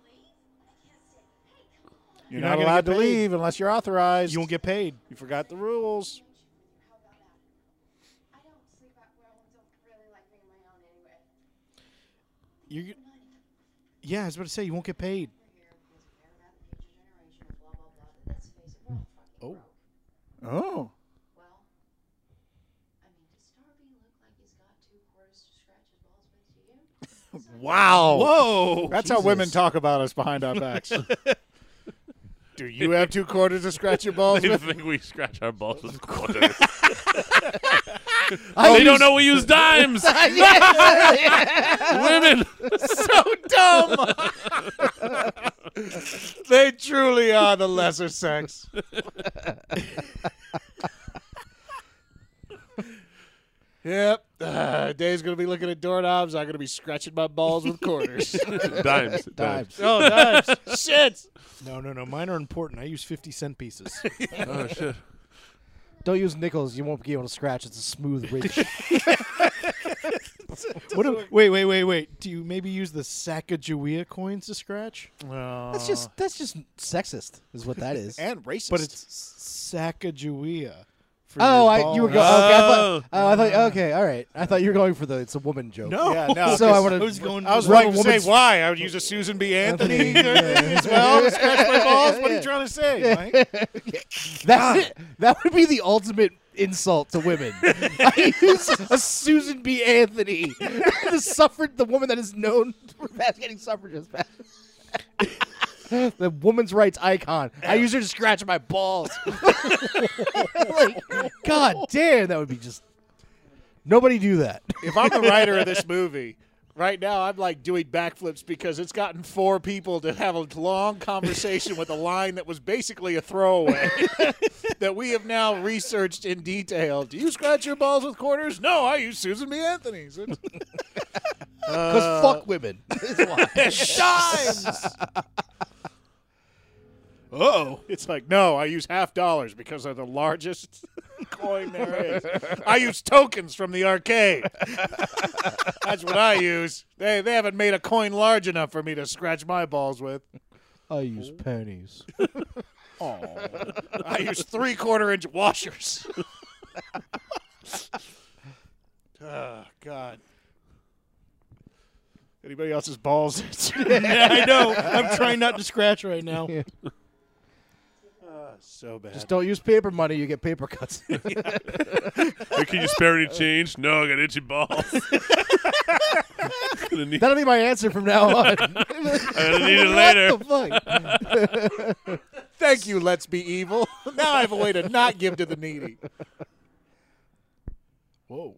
H: You can't leave? I can't stay. Hey, come on.
A: You're,
B: not
A: not,
B: gonna
A: allowed
B: get
A: to
B: paid.
A: leave unless you're authorized.
B: You won't get paid.
A: You forgot the rules.
H: How about that? I don't sleep that well and don't really like being my own anyway.
B: You, yeah, I was about to say you won't get paid.
H: Oh.
A: Oh.
H: Well, I mean, does Darby look like he's got two quarters to scratch his balls with to you?
A: Wow.
B: Whoa!
A: That's how women talk about us behind our backs. Do you have two quarters to scratch your balls
I: they
A: with?
I: think we scratch our balls with quarters. they don't know we use dimes. Women.
A: They truly are the lesser sex. yep. Uh, Dave's going to be looking at doorknobs. I'm going to be scratching my balls with quarters.
I: Dimes.
C: Dimes.
A: oh, knives. Shit.
B: No, no, no. Mine are important. I use 50 cent pieces.
I: Oh, shit.
C: Don't use nickels. You won't be able to scratch. It's a smooth ridge.
B: what do, wait, wait, wait, wait. Do you maybe use the Sacagawea coins to scratch?
C: that's just that's just sexist, is what that is.
A: And racist.
B: But it's Sacagawea. for
C: oh,
B: your
C: I, you were
B: balls.
C: going. Okay, I thought, oh, I thought. Okay, all right. I thought you were going for the it's a woman joke.
B: No.
A: Yeah, no.
C: So I wanna-
B: I was going.
A: I was
C: Right,
A: right to say
C: woman's-
A: why. I would use a Susan B. Anthony
C: Anthony,
A: as well to scratch my balls. What are you trying to say, Mike?
C: That's it. That would be the ultimate insult to women. I use a Susan B. Anthony, the suffrage, the woman that is known for fast getting suffragists. the woman's rights icon. I use her to scratch my balls. like, God damn, that would be just. Nobody do that.
A: If I'm the writer of this movie, right now I'm like doing backflips because it's gotten four people to have a long conversation with a line that was basically a throwaway that we have now researched in detail. Do you scratch your balls with quarters? No, I use Susan B. Anthony's.
C: Because
A: Uh,
C: fuck women.
A: Dimes.
B: Oh,
A: It's like, no, I use half dollars because they're the largest coin there is. I use tokens from the arcade. That's what I use. They they haven't made a coin large enough for me to scratch my balls with.
C: I use pennies.
A: I use three quarter inch washers. oh God. Anybody else's balls?
B: yeah, I know. I'm trying not to scratch right now.
A: so bad.
C: Just don't use paper money. You get paper cuts.
I: Hey, can you spare any change? No, I got itchy balls. Gonna need-
C: That'll be my answer from now on.
I: I'm gonna need it later.
C: What the fuck?
A: Thank you, Let's Be Evil. now I have a way to not give to the needy. Whoa.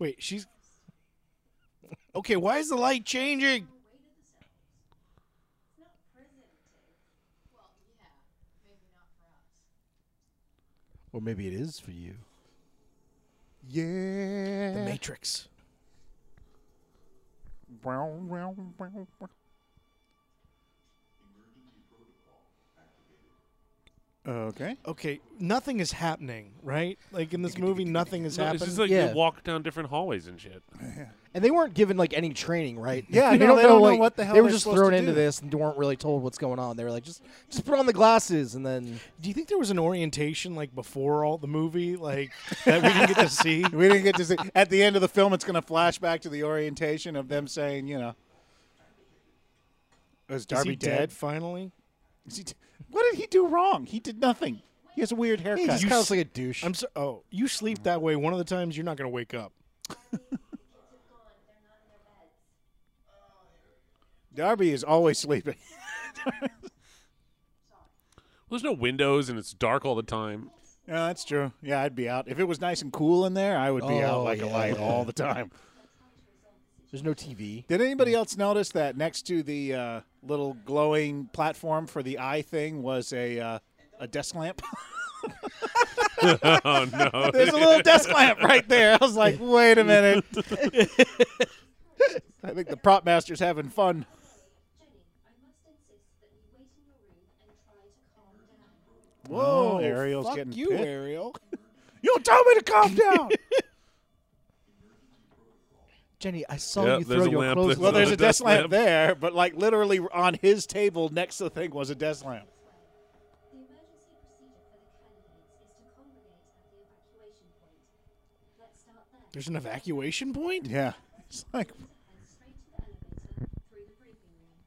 B: Wait, she's. Okay, why is the light changing?
H: It's not prison, Dave. Well, yeah. Maybe not for us.
C: Or maybe it is for you.
B: The Matrix.
A: Okay.
B: Okay, nothing is happening, right? Like in this movie, nothing is
I: No, it's
B: happening.
I: just like
C: Yeah.
I: you walk down different hallways and shit.
C: And they weren't given like any training, right?
A: Yeah,
C: they
A: no,
C: don't,
A: they
C: know,
A: don't know
C: like,
A: what the hell
C: They were
A: they're
C: just
A: supposed
C: thrown
A: to
C: into
A: do.
C: this and weren't really told what's going on. They were like, just just put on the glasses, and then
B: Do you think there was an orientation like before all the movie, like that we didn't get to see?
A: We didn't get to see. At the end of the film, it's going to flash back to the orientation of them saying, you know, is
B: Is
A: Darby
B: he dead,
A: dead?
B: finally?
A: Is he d- what did he do wrong? He did nothing. He has a weird
C: he
A: haircut.
C: just kind of like a douche.
B: I'm so. Oh, you sleep that way. One of the times you're not gonna wake up.
H: They're gone. They're not in their beds.
A: Darby is always sleeping.
I: Well, there's no windows and it's dark all the time.
A: Yeah, that's true. Yeah, I'd be out. If it was nice and cool in there, I would be out
C: Oh,
A: like a
C: yeah.
A: light all the time.
C: There's no TV.
A: Did anybody else notice that next to the uh, little glowing platform for the eye thing was a uh, a desk lamp?
I: Oh no.
A: There's a little desk lamp right there. I was like, wait a minute. I think the prop master's having fun.
H: Jenny, I must insist that you wait in your room and try to calm down.
A: Whoa, Ariel's
B: fuck
A: getting
B: you,
A: pissed.
B: Ariel.
A: You told me to calm down.
C: Jenny, I saw
I: Yeah,
C: you
I: there's
C: throw
I: a
C: your
I: lamp
C: clothes.
I: that's
A: well,
I: Another
A: there's a desk
I: desk
A: lamp
I: lamp.
A: there, but like literally on his table next to the thing was a desk lamp.
H: The emergency procedure for the candidates is to congregate at the evacuation point. Let's start there.
B: There's an evacuation point.
A: Yeah. It's like,
H: and straight to the elevator through the briefing room.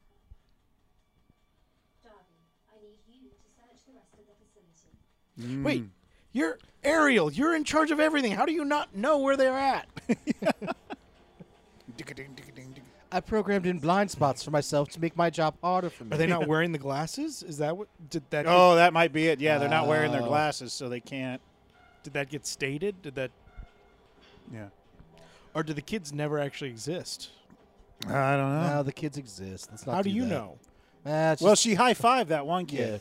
H: Darby, I need you to search the rest of the facility.
B: Wait, you're Ariel. You're in charge of everything. How do you not know where they're at?
C: I programmed in blind spots for myself to make my job harder for me.
B: Are they not wearing the glasses? Is that what did that? get-
A: oh, that might be it. Yeah, they're not wearing their glasses, so they can't.
B: Did that get stated? Did that,
A: Yeah.
B: or did the kids never actually exist?
A: I don't know.
C: No, the kids exist. Let's not
B: How do you
C: that.
B: know?
C: Eh, it's
A: Well,
C: just-
A: she high fived that one kid.
C: yeah.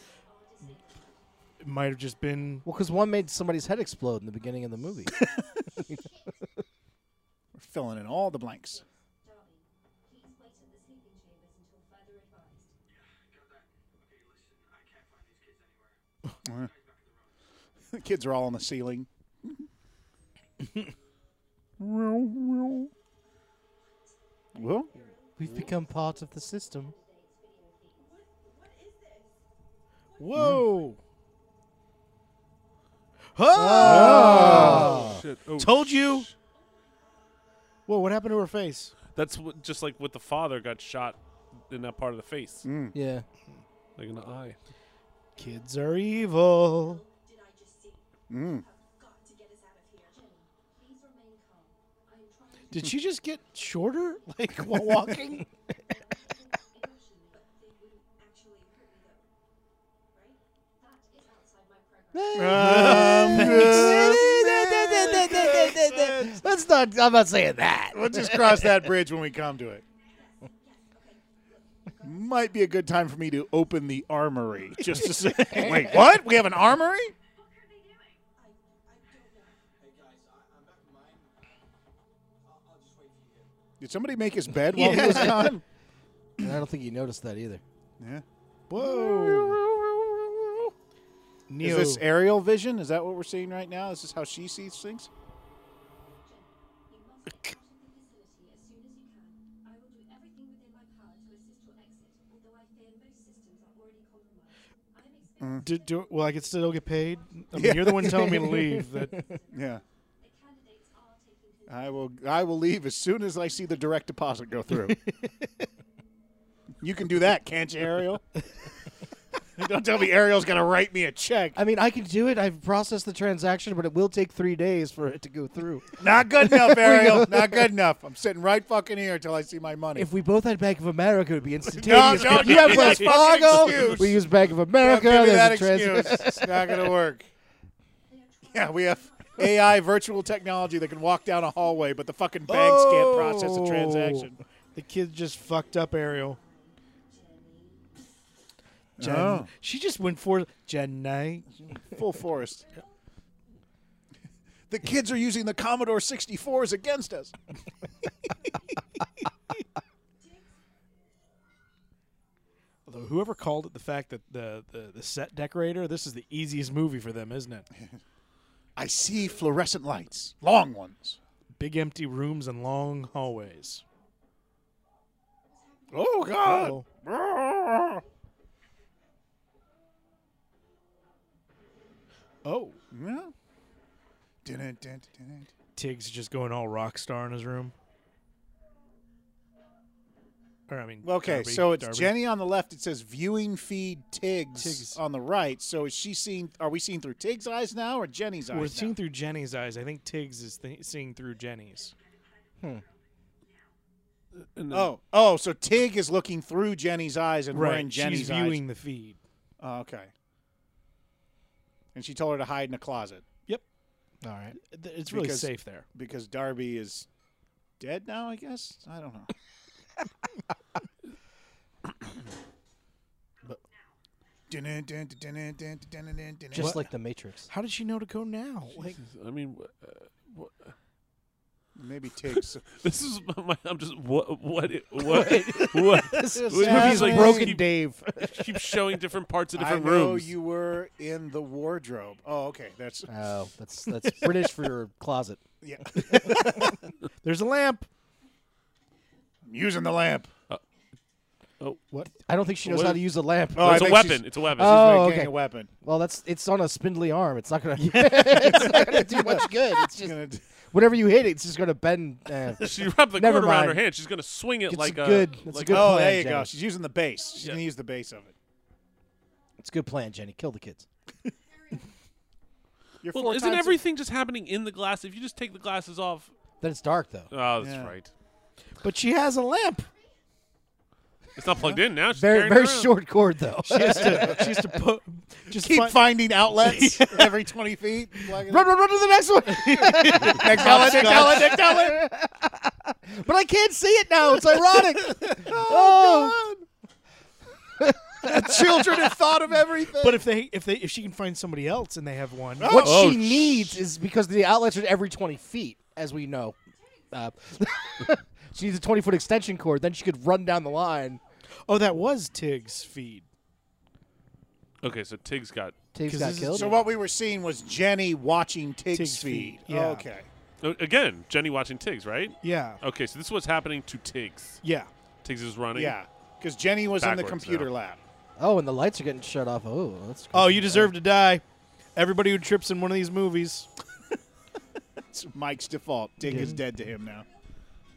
B: It might have just been
C: Well, because one made somebody's head explode in the beginning of the movie.
A: We're filling in all the blanks.
H: Darling, please wait at the sleeping chambers until further advised.
A: The kids are all on the ceiling. well,
C: We've become part of the system.
B: Hmm? whoa.
I: Shit. Oh,
B: Told you. Whoa! What happened to her face?
I: that's what, just like what the father got shot in that part of the face,
B: Mm.
C: Yeah.
I: like in the eye.
B: Kids are evil.
H: Did I just see?
A: Mm.
H: I've got to get us out of here. Jenny, please remain calm. I am trying to
B: Did she just get shorter, like while walking?
H: emotion, but they wouldn't actually hurt me though. Right? That is outside my program.
C: Let's not. I'm not saying that.
A: Let's just cross that bridge when we come to it. Might be a good time for me to open the armory just to say, wait, what? We have an armory? Did somebody make his bed while he was gone?
C: And I don't think you noticed that either.
A: Yeah.
B: Whoa. Neo.
A: Is this aerial vision? Is that what we're seeing right now? Is this how she sees things?
H: You must get out of the facility as soon as you can. I will do everything within my power to assist your exit, although I fear most systems are already compromised. I'm expecting
B: do, do, well, I could still get paid. I mean, You're the one telling me to leave. That
A: Yeah.
H: the candidates are taking control.
A: I will I will leave as soon as I see the direct deposit go through. you can do that, can't you, Ariel? Don't tell me Ariel's gonna write me a check.
C: I mean, I can do it. I've processed the transaction, but it will take three days for it to go through.
A: Not good enough, Ariel. Not good enough. I'm sitting right fucking here until I see my money.
C: If we both had Bank of America, it would be instantaneous.
A: no,
C: you
A: no,
C: have
A: no,
C: Wells
A: no, fucking
C: Fargo.
A: excuse.
C: We use Bank of
A: Don't
C: America.
A: give me
C: there's
A: that
C: a trans-
A: excuse. it's not gonna work. Yeah, we have AI virtual technology that can walk down a hallway, but the fucking banks can't process
C: Oh.
A: a transaction.
B: the kid just fucked up Ariel. Jen,
A: Oh.
B: She just went for Jenny.
A: Full forest. The kids are using the Commodore 64s against us.
B: Although whoever called it the fact that the, the, the set decorator, this is the easiest movie for them, isn't it?
A: I see fluorescent lights, long ones.
B: Big empty rooms and long hallways.
A: Oh God!
B: Uh-oh. Oh,
A: Yeah. Dun-dun, dun, dun,
B: Tiggs is just going all rock star in his room. Or I mean,
A: dun. Okay,
B: Darby-
A: so it's
B: Darby.
A: Jenny on the left. It says viewing feed Tiggs,
B: Tiggs.
A: on the right. So is she seeing? Are we seeing through Tiggs' eyes now or Jenny's eyes?
B: We're
A: now?
B: seeing through Jenny's eyes. I think Tiggs is th- seeing through Jenny's.
I: And then-
A: Oh, oh, so Tig is looking through Jenny's eyes and we're in Jenny's
B: She's
A: eyes.
B: viewing the feed.
A: Oh, okay. And she told her to hide in a closet
C: All right.
B: Th- It's really
A: Because-
B: safe there.
A: because Darby is dead now. I guess I don't know. Dun-dun, dun, dun, dun, dun, dun, dun, dun, dun.
C: Just like the Matrix.
B: How did she know to go now? Like,
I: I mean, uh,
A: Maybe Tiggs.
I: this is my. I'm just what what it- what what. This
A: sounds like Broken
I: Dave. Keeps showing different parts of
A: I
I: different
A: know
I: rooms.
A: you were in the wardrobe. Oh, okay. That's
C: Oh, that's that's British for your closet.
A: yeah.
B: there's a lamp.
A: I'm using the lamp.
C: What? I don't think she knows
I: What
C: how
I: is-
C: to use a lamp.
A: Oh, I
I: it's a
A: think
I: weapon.
A: she's-
I: It's a weapon.
C: Oh.
A: She's making
C: okay.
A: A weapon.
C: Well, that's it's on a spindly arm. It's not gonna. it's not gonna do much good. It's just
A: Gonna d-
C: whenever you hit it, it's just gonna bend. eh.
I: she wrapped the
C: Never
I: cord around her
C: mind.
I: hand. She's gonna swing it
C: It's
I: like
C: a
I: a
C: good- it's a
I: like
C: good
A: oh,
C: plan,
A: there you go.
C: Jenny.
A: She's using the base. She's
I: Yeah.
A: gonna use the base of it.
C: It's a good plan, Jenny. Kill the kids.
A: You're
I: Well,
A: four
I: isn't
A: times-
I: everything just happening in the glass? If you just take the glasses off.
C: Then it's dark though.
I: Oh, that's
A: Yeah.
I: right.
B: But she has a lamp.
I: It's not plugged in now. She's
C: Very
I: carrying it
C: very
I: around.
C: short cord though.
B: She has to. she has to put. Just
A: Keep
B: fi-
A: finding outlets every 20 feet. Plug it
C: run run run to the next one.
A: Next outlet, next outlet, next outlet.
C: but I can't see it now. It's ironic. oh.
A: The children have thought of everything.
B: But if they if they if she can find somebody else and they have one,
C: What
I: Oh,
C: she needs is because the outlets are every 20 feet, as we know. Uh, she needs a 20 foot extension cord. Then she could run down the line.
B: oh that was Tig's feed.
I: Okay, so Tig's got.
C: Tiggs
B: 'Cause
C: got
B: this is-
C: killed.
A: so what we were seeing was Jenny watching Tig's,
B: Tig's
A: feed.
B: feed, yeah.
A: Okay.
I: oh, Again, Jenny watching Tig's, right?
B: Yeah,
I: Okay, so this is what's happening to Tig's.
B: yeah.
I: Tig's is running.
A: Yeah. Because Jenny was in the
I: Backwards
A: computer
I: now.
A: lab.
C: Oh, and the lights are getting shut off. Oh, that's
B: Oh, you deserve to die. Everybody who trips in one of these movies.
A: It's Mike's default. Dig is dead to him now.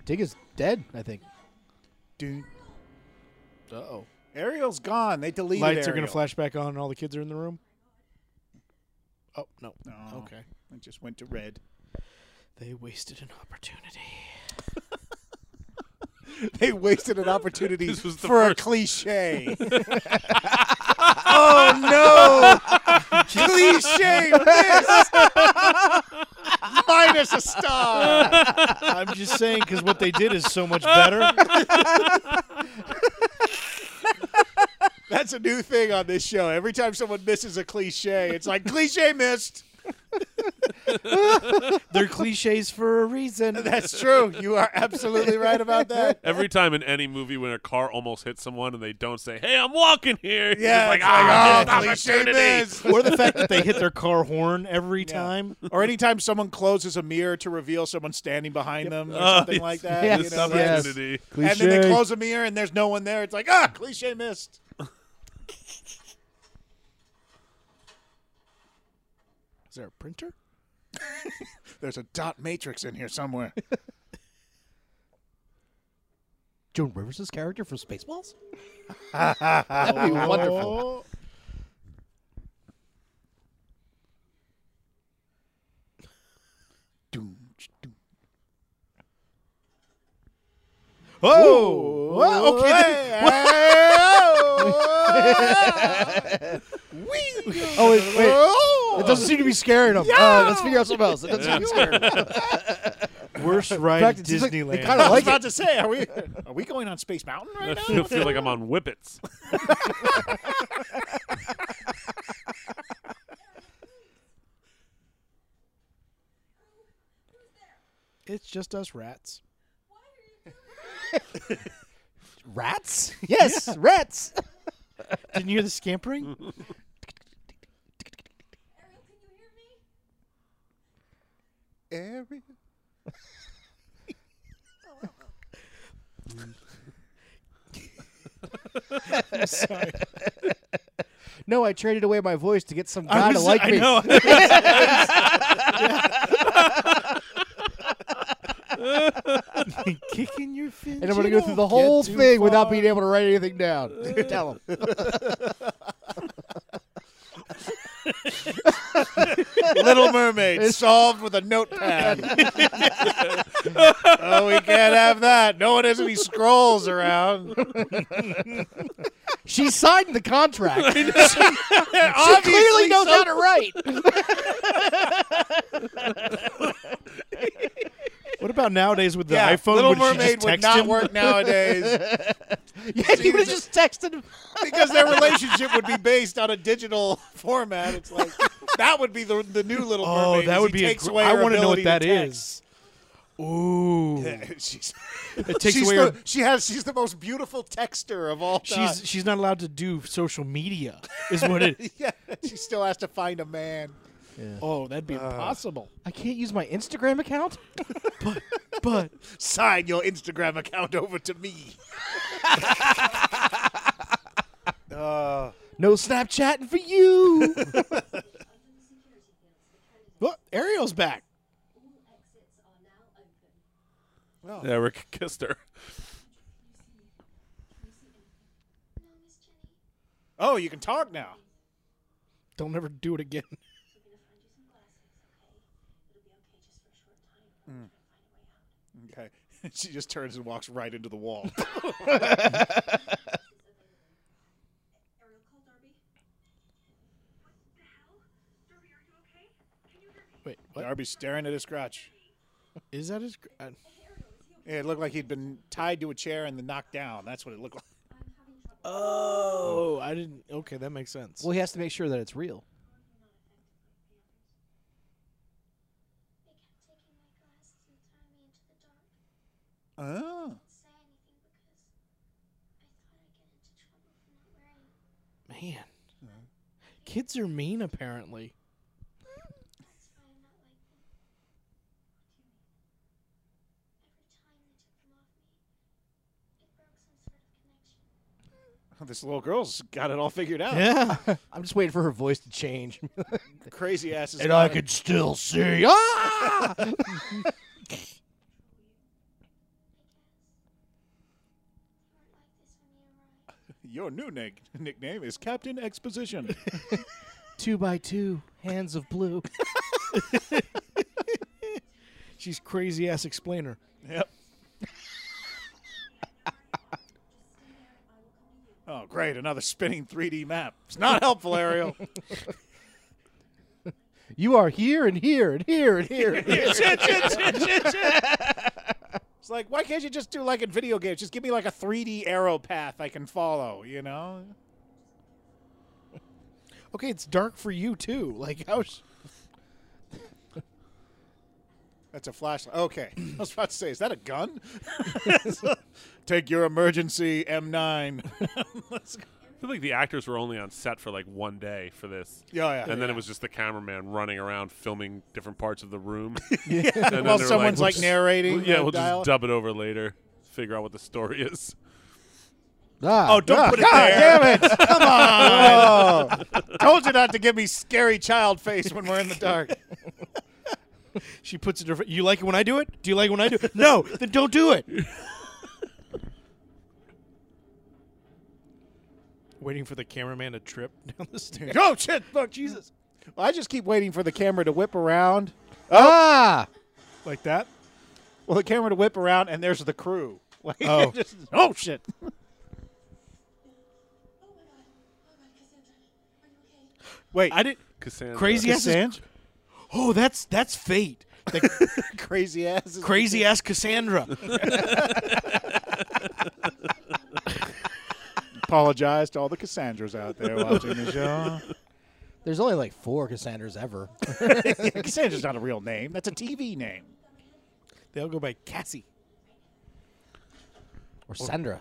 C: Tig is dead, I think.
A: Dude,
C: Uh oh.
A: Ariel's gone. They deleted
B: Lights are
A: going
B: gonna flash back on, and all the kids are in the room. Oh no.
A: Okay. It just went to red.
B: They wasted an opportunity.
A: They wasted an opportunity
I: This was the
A: for
I: first.
A: a cliche. oh no! cliche miss. Minus a star.
B: I'm just saying because what they did is so much better.
A: That's a new thing on this show. Every time someone misses a cliche, it's like cliche missed.
B: They're cliches for a reason.
A: That's true. You are absolutely right about that.
I: Every time in any movie when a car almost hits someone and they don't say, "Hey, I'm walking here," it's
A: Yeah,
I: like,
A: it's like,
I: "Ah,
A: oh,
I: missed
A: cliche
I: opportunity."
A: missed.
B: Or the fact that they hit their car horn every time.
A: Or anytime someone closes a mirror to reveal someone standing behind them or
I: Oh,
A: something like that.
C: yes.
A: ah, you
I: Missed
A: know, like-
C: yes.
I: opportunity.
A: And then they close a mirror and there's no one there. It's like, ah, cliche missed.
B: Is there a printer?
A: There's a dot matrix in here somewhere.
C: Joan Rivers' character from Spaceballs?
A: That'd
C: be wonderful.
B: Oh,
A: Well, okay.
C: Oh, wait, wait. It doesn't seem to be scaring them. Uh, let's figure out something else. It doesn't seem to be scaring them.
B: worst ride
C: fact,
B: at
C: it seems like they
B: Disneyland.
C: kinda
A: I
C: like-
A: was about to say, are we are we going on Space Mountain
I: I
A: right
I: feel,
A: now?
I: feel like I'm on whippets.
B: it's just us rats.
C: Rats? Yes, rats.
B: Didn't you hear the scampering?
H: Ariel, can you hear me?
A: Area.
C: No, I traded away my voice to get some
B: I
C: guy to
B: was-
C: like
B: I
C: me.
B: know. Kicking your fin.
C: And I'm going to go through the whole thing without being able to write anything down. Tell him.
A: Little Mermaid solved with a notepad. oh, we can't have that. No one has any scrolls around.
C: She signed the contract. she
A: Obviously
C: clearly knows
A: some-
C: how to write.
B: What about nowadays with the
A: Yeah,
B: iPhone?
A: Little
B: Would she just
A: Mermaid would
B: text
A: not
B: him?
A: work nowadays
C: Yeah, you would have just texted him.
A: because their relationship would be based on a digital format. It's like that would be the, the new Little
B: Oh,
A: Mermaid.
B: that
A: is
B: would
A: he
B: be. A
A: takes
B: gr-
A: away
B: I
A: her
B: want to know
A: ability
B: what that
A: to
B: is. Ooh,
A: text. She's-
B: it takes
A: she's
B: away.
A: the,
B: her,
A: she has she's the most beautiful texter of all time.
B: she's she's not allowed to do social media. Is what it.
A: yeah, she still has to find a man.
B: oh, that'd be impossible.
C: I can't use my Instagram account.
B: But
A: Sign your Instagram account over to me.
C: No Snapchatting for you.
H: Under the security fields, the candidate
B: look, Ariel's back.
H: all exits are now open.
I: Yeah, Rick kissed her.
H: Can you see anything? No, Miss Jenny.
A: Oh, you can talk now.
B: Don't ever do it again.
H: We're gonna find you some glasses, okay? It'll be okay just for a short time. We're gonna find a way out.
A: Okay. She just turns and walks right into the wall.
H: Ariel, call Darby. What the hell? Darby, are you okay? Can you hear me?
B: Wait, what
A: Darby's staring at his crotch.
B: is that? His, gr- uh,
H: Ariel, is he okay?
A: Yeah, it looked like he'd been tied to a chair and then knocked down. That's what it looked like.
H: I'm having trouble.
B: Oh, I didn't. Okay, that makes sense.
C: Well, he has to make sure that it's real.
H: They kept taking my glasses and throwing me into the dark.
A: Oh.
H: Didn't say anything because I thought I'd get into trouble for not wearing them.
B: Man, kids are mean. Apparently,
H: That's why I'm not like them. Every time they took them off me, it broke some sort of connection.
A: This little girl's got it all figured out.
B: yeah.
C: I'm just waiting for her voice to change.
A: Crazy ass is
J: And
A: gone.
J: I could still see. Ah!
H: I guess. They weren't like this when we arrived.
A: Your new nick- nickname is Captain Exposition.
C: two by two, hands of blue.
B: She's crazy ass explainer.
A: yep. Oh, great. Another spinning 3D map. It's not helpful, Ariel.
C: You are here and here and here and here. And here.
A: It's like, why can't you just do like in video games? Just give me like a 3D arrow path I can follow, you know?
B: Okay, it's dark for you too. Like how? Sh-
A: That's a flashlight. Okay. I was about to say, is that a gun? Take your emergency M9. Let's go.
I: I feel like the actors were only on set for like one day for this.
A: Yeah, yeah.
I: And then it was just the cameraman running around filming different parts of the room. And then
A: While
I: they were
A: someone's
I: we'll
A: like
I: just-
A: narrating.
I: we'll- yeah,
A: the
I: we'll
A: dialogue.
I: just dub it over later. Figure out what the story is.
C: Ah,
A: Oh, don't put it God there. damn it. Come on. Told you not to give me scary child face when we're in the dark.
B: she puts it. Her, you like it when I do it? Do you like it when I do it? No, then don't do it. Waiting for the cameraman to trip down the stairs.
A: oh, shit. Fuck, Jesus. Well, I just keep waiting for the camera to whip around.
C: ah.
B: like that.
A: Well, the camera to whip around, and there's the crew. Like,
B: Oh.
A: just- oh, shit.
H: Oh my god. Oh my god, Cassandra. Are you okay?
A: Wait.
B: I did
I: Cassandra.
B: crazy ass. is- Oh, that's that's fate. The
A: crazy ass. is-
B: crazy ass Cassandra.
A: Apologize to all the Cassandras out there watching the show.
C: There's only like four Cassandras ever.
A: Cassandra's not a real name. That's a TV name.
B: They all go by Cassie.
C: Or Sandra.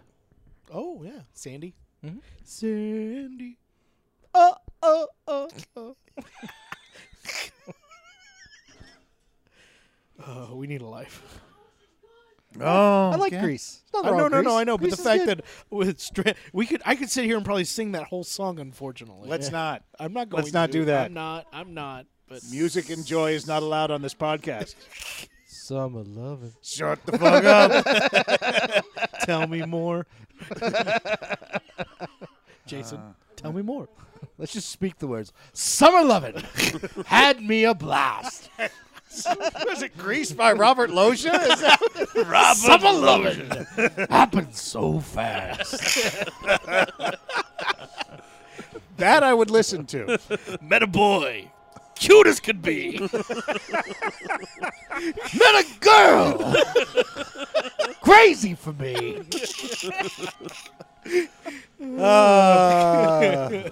C: Mm-hmm.
B: Oh yeah, Sandy. Sandy.
C: Oh, oh, oh, oh.
B: Oh, we need a life.
A: Oh,
C: I like Greece. There's nothing
B: I, Uh,
C: wrong
B: no,
C: with
B: no, no.
C: Greece.
B: I know, but
C: Greece
B: the
C: is
B: fact
C: good.
B: that with stra- we could, I could sit here and probably sing that whole song. Unfortunately,
A: Let's not.
B: I'm not going.
A: let's not
B: to.
A: do that.
B: I'm not. I'm not. But
A: Music and joy is not allowed on this podcast.
C: Summer loving.
A: Shut the fuck up.
B: tell me more, Jason. tell me more.
C: Uh, Let's just speak the words. Summer loving had me a blast.
A: Was it Grease by Robert Loggia? Is that-
C: Summer loving happened so fast.
A: that I would listen to.
J: Met a boy. Cute as could be.
C: Met a girl. Crazy for me.
A: Uh,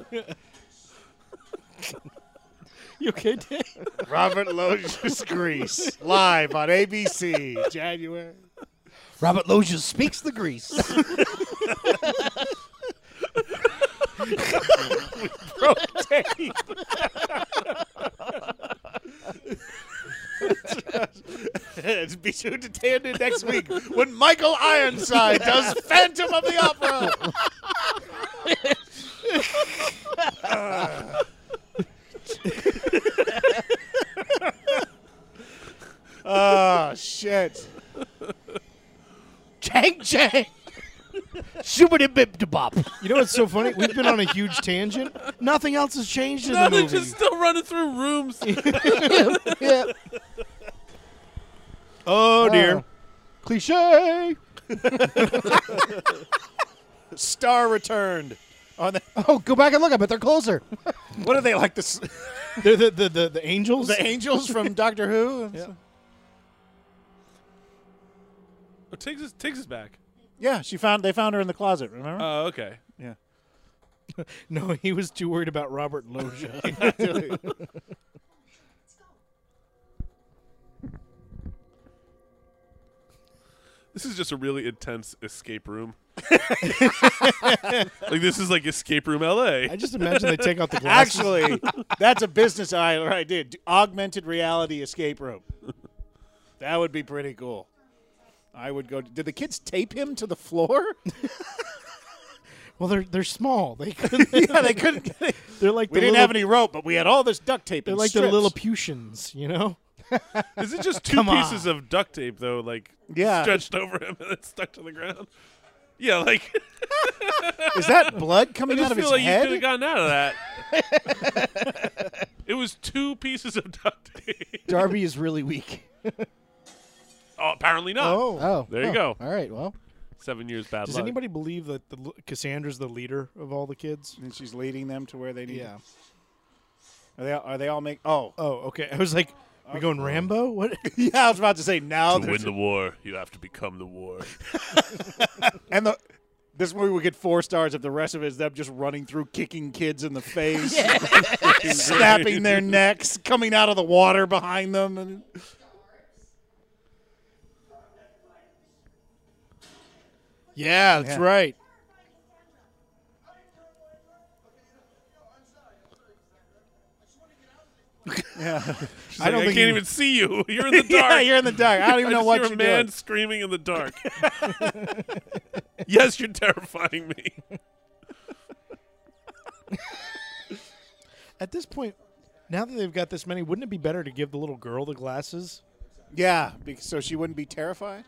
B: You okay, Dan?
A: Robert Loggia's Grease live on ABC January.
C: Robert Loggia speaks the Greece.
A: It's be sure to tune in next week when Michael Ironside does Phantom of the Opera. oh shit!
C: Chang Chang. Shubidi bib de bop.
B: You know what's so funny? We've been on a huge tangent. Nothing else has changed in
I: No,
B: the
I: they're
B: movie.
I: just still running through rooms.
C: Yeah.
B: Oh dear.
C: Cliche.
A: Star returned. On the,
C: Oh, go back and look. I bet they're closer.
A: what are they like the s-
B: They're the the the, the angels.
A: the angels from Doctor Who? Yeah,
I: Oh, takes us takes us back. Oh,
A: she found they found her in the closet. Remember?
I: Oh, okay.
A: yeah.
B: No, he was too worried about Robert Loja.
I: This is just a really intense escape room. like this is like escape room LA.
B: I just imagine they take out the glasses.
A: Actually, that's a business idea right there. D- Augmented reality escape room. That would be pretty cool. I would go. Did the kids tape him to the floor?
B: well, they're they're small. They couldn't,
A: yeah, they couldn't. Get it.
B: they're like
A: We
B: the
A: didn't
B: little,
A: have any rope, but we had all this duct tape.
B: They're
A: and
B: like the
A: strips.
B: Lilliputians, you know.
I: Is it just two
B: Come
I: pieces of duct tape though, like
A: Yeah.
I: stretched over him and it's stuck to the ground? Yeah, like
A: Is that blood
I: I
A: coming
I: just
A: out of
I: feel
A: his
I: like you
A: head?
I: could have gotten out of that. it was two pieces of duct tape.
C: Darby is really weak.
I: Oh, apparently not.
C: Oh,
I: There you
C: oh,
I: go.
C: All right, well,
I: Seven years bad
B: Does
I: luck.
B: anybody believe that the l- Cassandra's the leader of all the kids?
A: And she's leading them to where they need. Yeah. Are they? Are they all make? Oh,
B: Oh, okay. I was like, we going Rambo? What?
A: yeah. I was about to say now.
I: to
A: there's-
I: win the war, you have to become the war.
A: and the. This movie would get four stars if the rest of it is them just running through, kicking kids in the face, snapping their necks, coming out of the water behind them, and
B: yeah, that's
A: Yeah.
B: right.
I: She's like, I,
B: think
I: can't
B: you-
I: even see you. You're in the dark.
A: yeah, you're in the dark. I don't even
I: I
A: know
I: just
A: what
I: hear
A: you're
I: a man
A: doing.
I: screaming in the dark. yes, you're terrifying me.
B: At this point, now that they've got this many, wouldn't it be better to give the little girl the glasses?
A: Yeah, bec- so she wouldn't be terrified.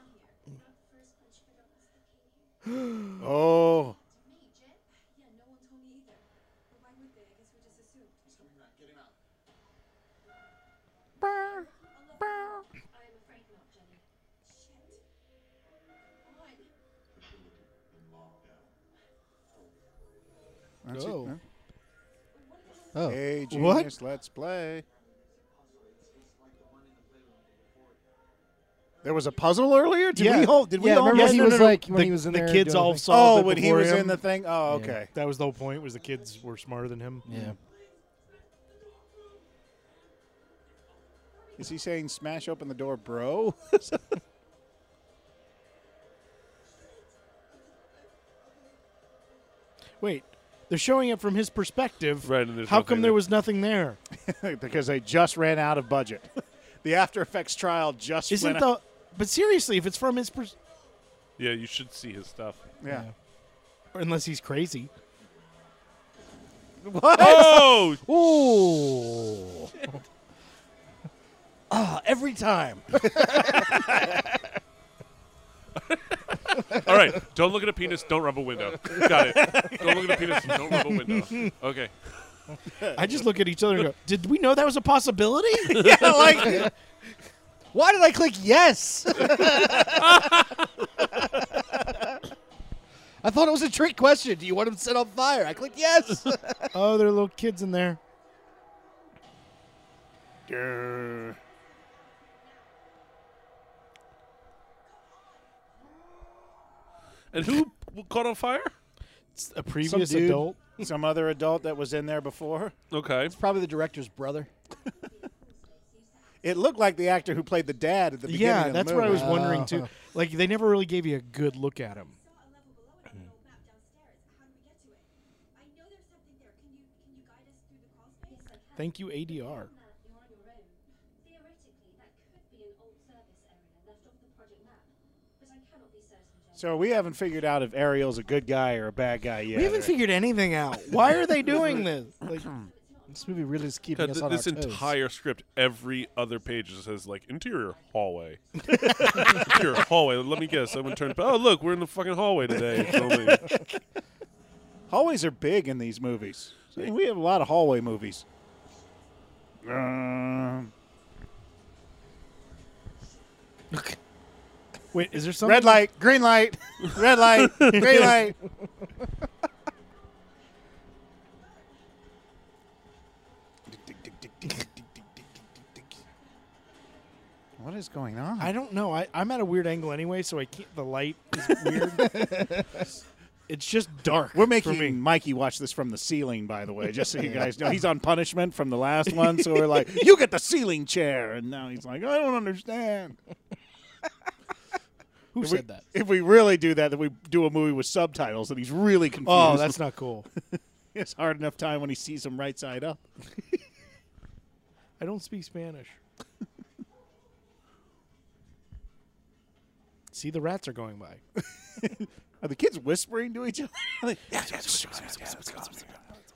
A: oh,
H: Me, Jen? Yeah, no one told me either. But why would they? I guess we just assumed. He's coming back. Get him out. I'm afraid not, Jenny. Shit. Why?
A: that's it,
C: Oh.
A: huh?
C: oh,
A: Hey,
B: What?
A: genius, let's play. There was a puzzle earlier. Did
B: Yeah.
A: we hold? Did we
C: Yeah,
A: all?
C: remember
A: get
C: when he
A: it?
C: was like
B: the,
C: when he was in
B: the
C: there.
B: kids
C: doing
B: all
C: things.
B: solved
A: oh,
B: it
A: when he
B: before
A: was
B: him.
A: in the thing. Oh, okay.
B: That was the whole point. Was the kids were smarter than him?
C: Yeah.
A: Is he saying smash open the door, bro?
B: Wait, they're showing it from his perspective.
I: Right, and there's
B: How
I: nothing
B: come there
I: there.
B: was nothing there?
A: because they just ran out of budget. the After Effects trial just
B: Isn't
A: went out-
B: the? But seriously, if it's from his, pers-
I: Yeah, you should see his stuff.
A: yeah.
B: unless he's crazy.
I: Oh,
C: Ooh. Ah, every time.
I: all right. Don't look at a penis. Don't rub a window. Got it. Don't look at a penis. Don't rub a window. Okay.
B: I just look at each other and go, "Did we know that was a possibility?"
C: yeah, like. Why did I click yes? I thought it was a trick question. Do you want him set on fire? I clicked yes.
B: oh, there are little kids in there.
I: And who w- caught on fire?
B: It's a
A: Some
B: previous
A: dude,
B: adult.
A: some other adult that was in there before.
I: Okay.
C: Probably the director's brother.
A: It looked like the actor who played the dad at the beginning.
B: Yeah,
A: of
B: that's
A: the
B: what I
A: movie.
B: was wondering too.
C: Uh-huh.
B: Like they never really gave you a good look at him.
H: Saw a level below it on an old map downstairs. How do we get to it? I know there's something there. Can you can you guide us through the crawl space? Yes, I can.
B: Thank you, ADR.
H: You're on your own. Theoretically, that could be an old service area left off the project map, but I cannot be certain, Jen.
A: So we haven't figured out if Ariel's a good guy or a bad guy yet.
B: We haven't figured anything out. Why are they doing this? Like,
C: This movie really is keeping
I: God,
C: us
I: th-
C: on
I: this
C: our toes.
I: entire script, every other page just says like interior hallway, interior hallway. Let me guess. Someone turned. Oh, look, we're in the fucking hallway today. filming.
A: Hallways are big in these movies. I mean, we have a lot of hallway movies. Um,
B: wait, is there something?
A: red light, green light, red light, green light. What is going on?
B: I don't know. I, I'm at a weird angle anyway, so I can't. The light is weird. It's just dark.
A: We're
B: for me.
A: making Mikey watch this from the ceiling, by the way, just so you guys know. He's on punishment from the last one, so we're like, you get the ceiling chair. And now he's like, I don't understand.
C: Who
A: we-
C: said that?
A: If we really do that, then we do a movie with subtitles, and he's really confused.
B: Oh, that's not cool.
A: it's hard enough time when he sees him right side up.
B: I don't speak Spanish. See, the rats are going by.
A: Are the kids whispering to each other? Like,
C: It's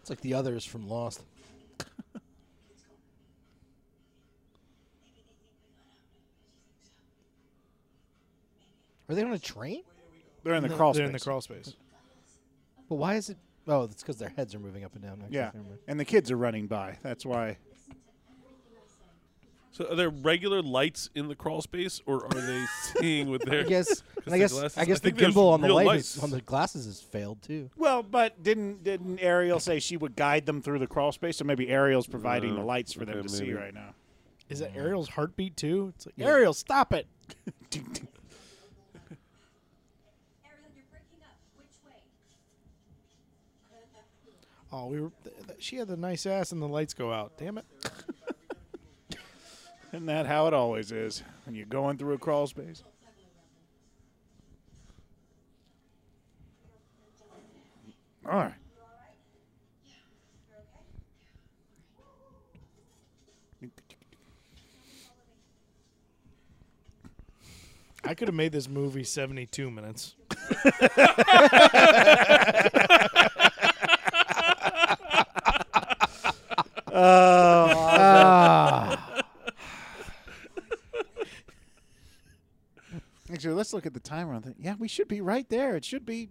C: like the others from Lost. Are they on a train?
A: They're in the crawl
B: They're in the
A: space.
B: crawl space.
C: But why is it? Oh, that's because their heads are moving up and down. Okay,
A: Yeah,
C: never mind.
A: and the kids are running by. That's why.
I: So are there regular lights in the crawl space, or are they seeing with their?
C: I guess. and I
I: the
C: guess.
I: glasses-
C: I
I: I
C: guess the
I: think there's
C: gimbal on the
I: real
C: light
I: lights.
C: is, on the glasses has failed too.
A: Well, but didn't didn't Ariel say she would guide them through the crawl space? So maybe Ariel's providing the lights for them
I: okay,
A: to see
I: maybe.
A: right now.
B: Is that Ariel's heartbeat too? It's like Ariel, stop it.
H: Ariel, you're breaking up. Which way?
B: Oh, we were. Th- th- she had the nice ass, and the lights go out. Damn it.
A: Isn't that how it always is when you're going through a crawl space? All right.
B: I could have made this movie seventy-two minutes.
C: Oh,
A: Actually, let's look at the timer on that. Yeah, we should be right there. It should be.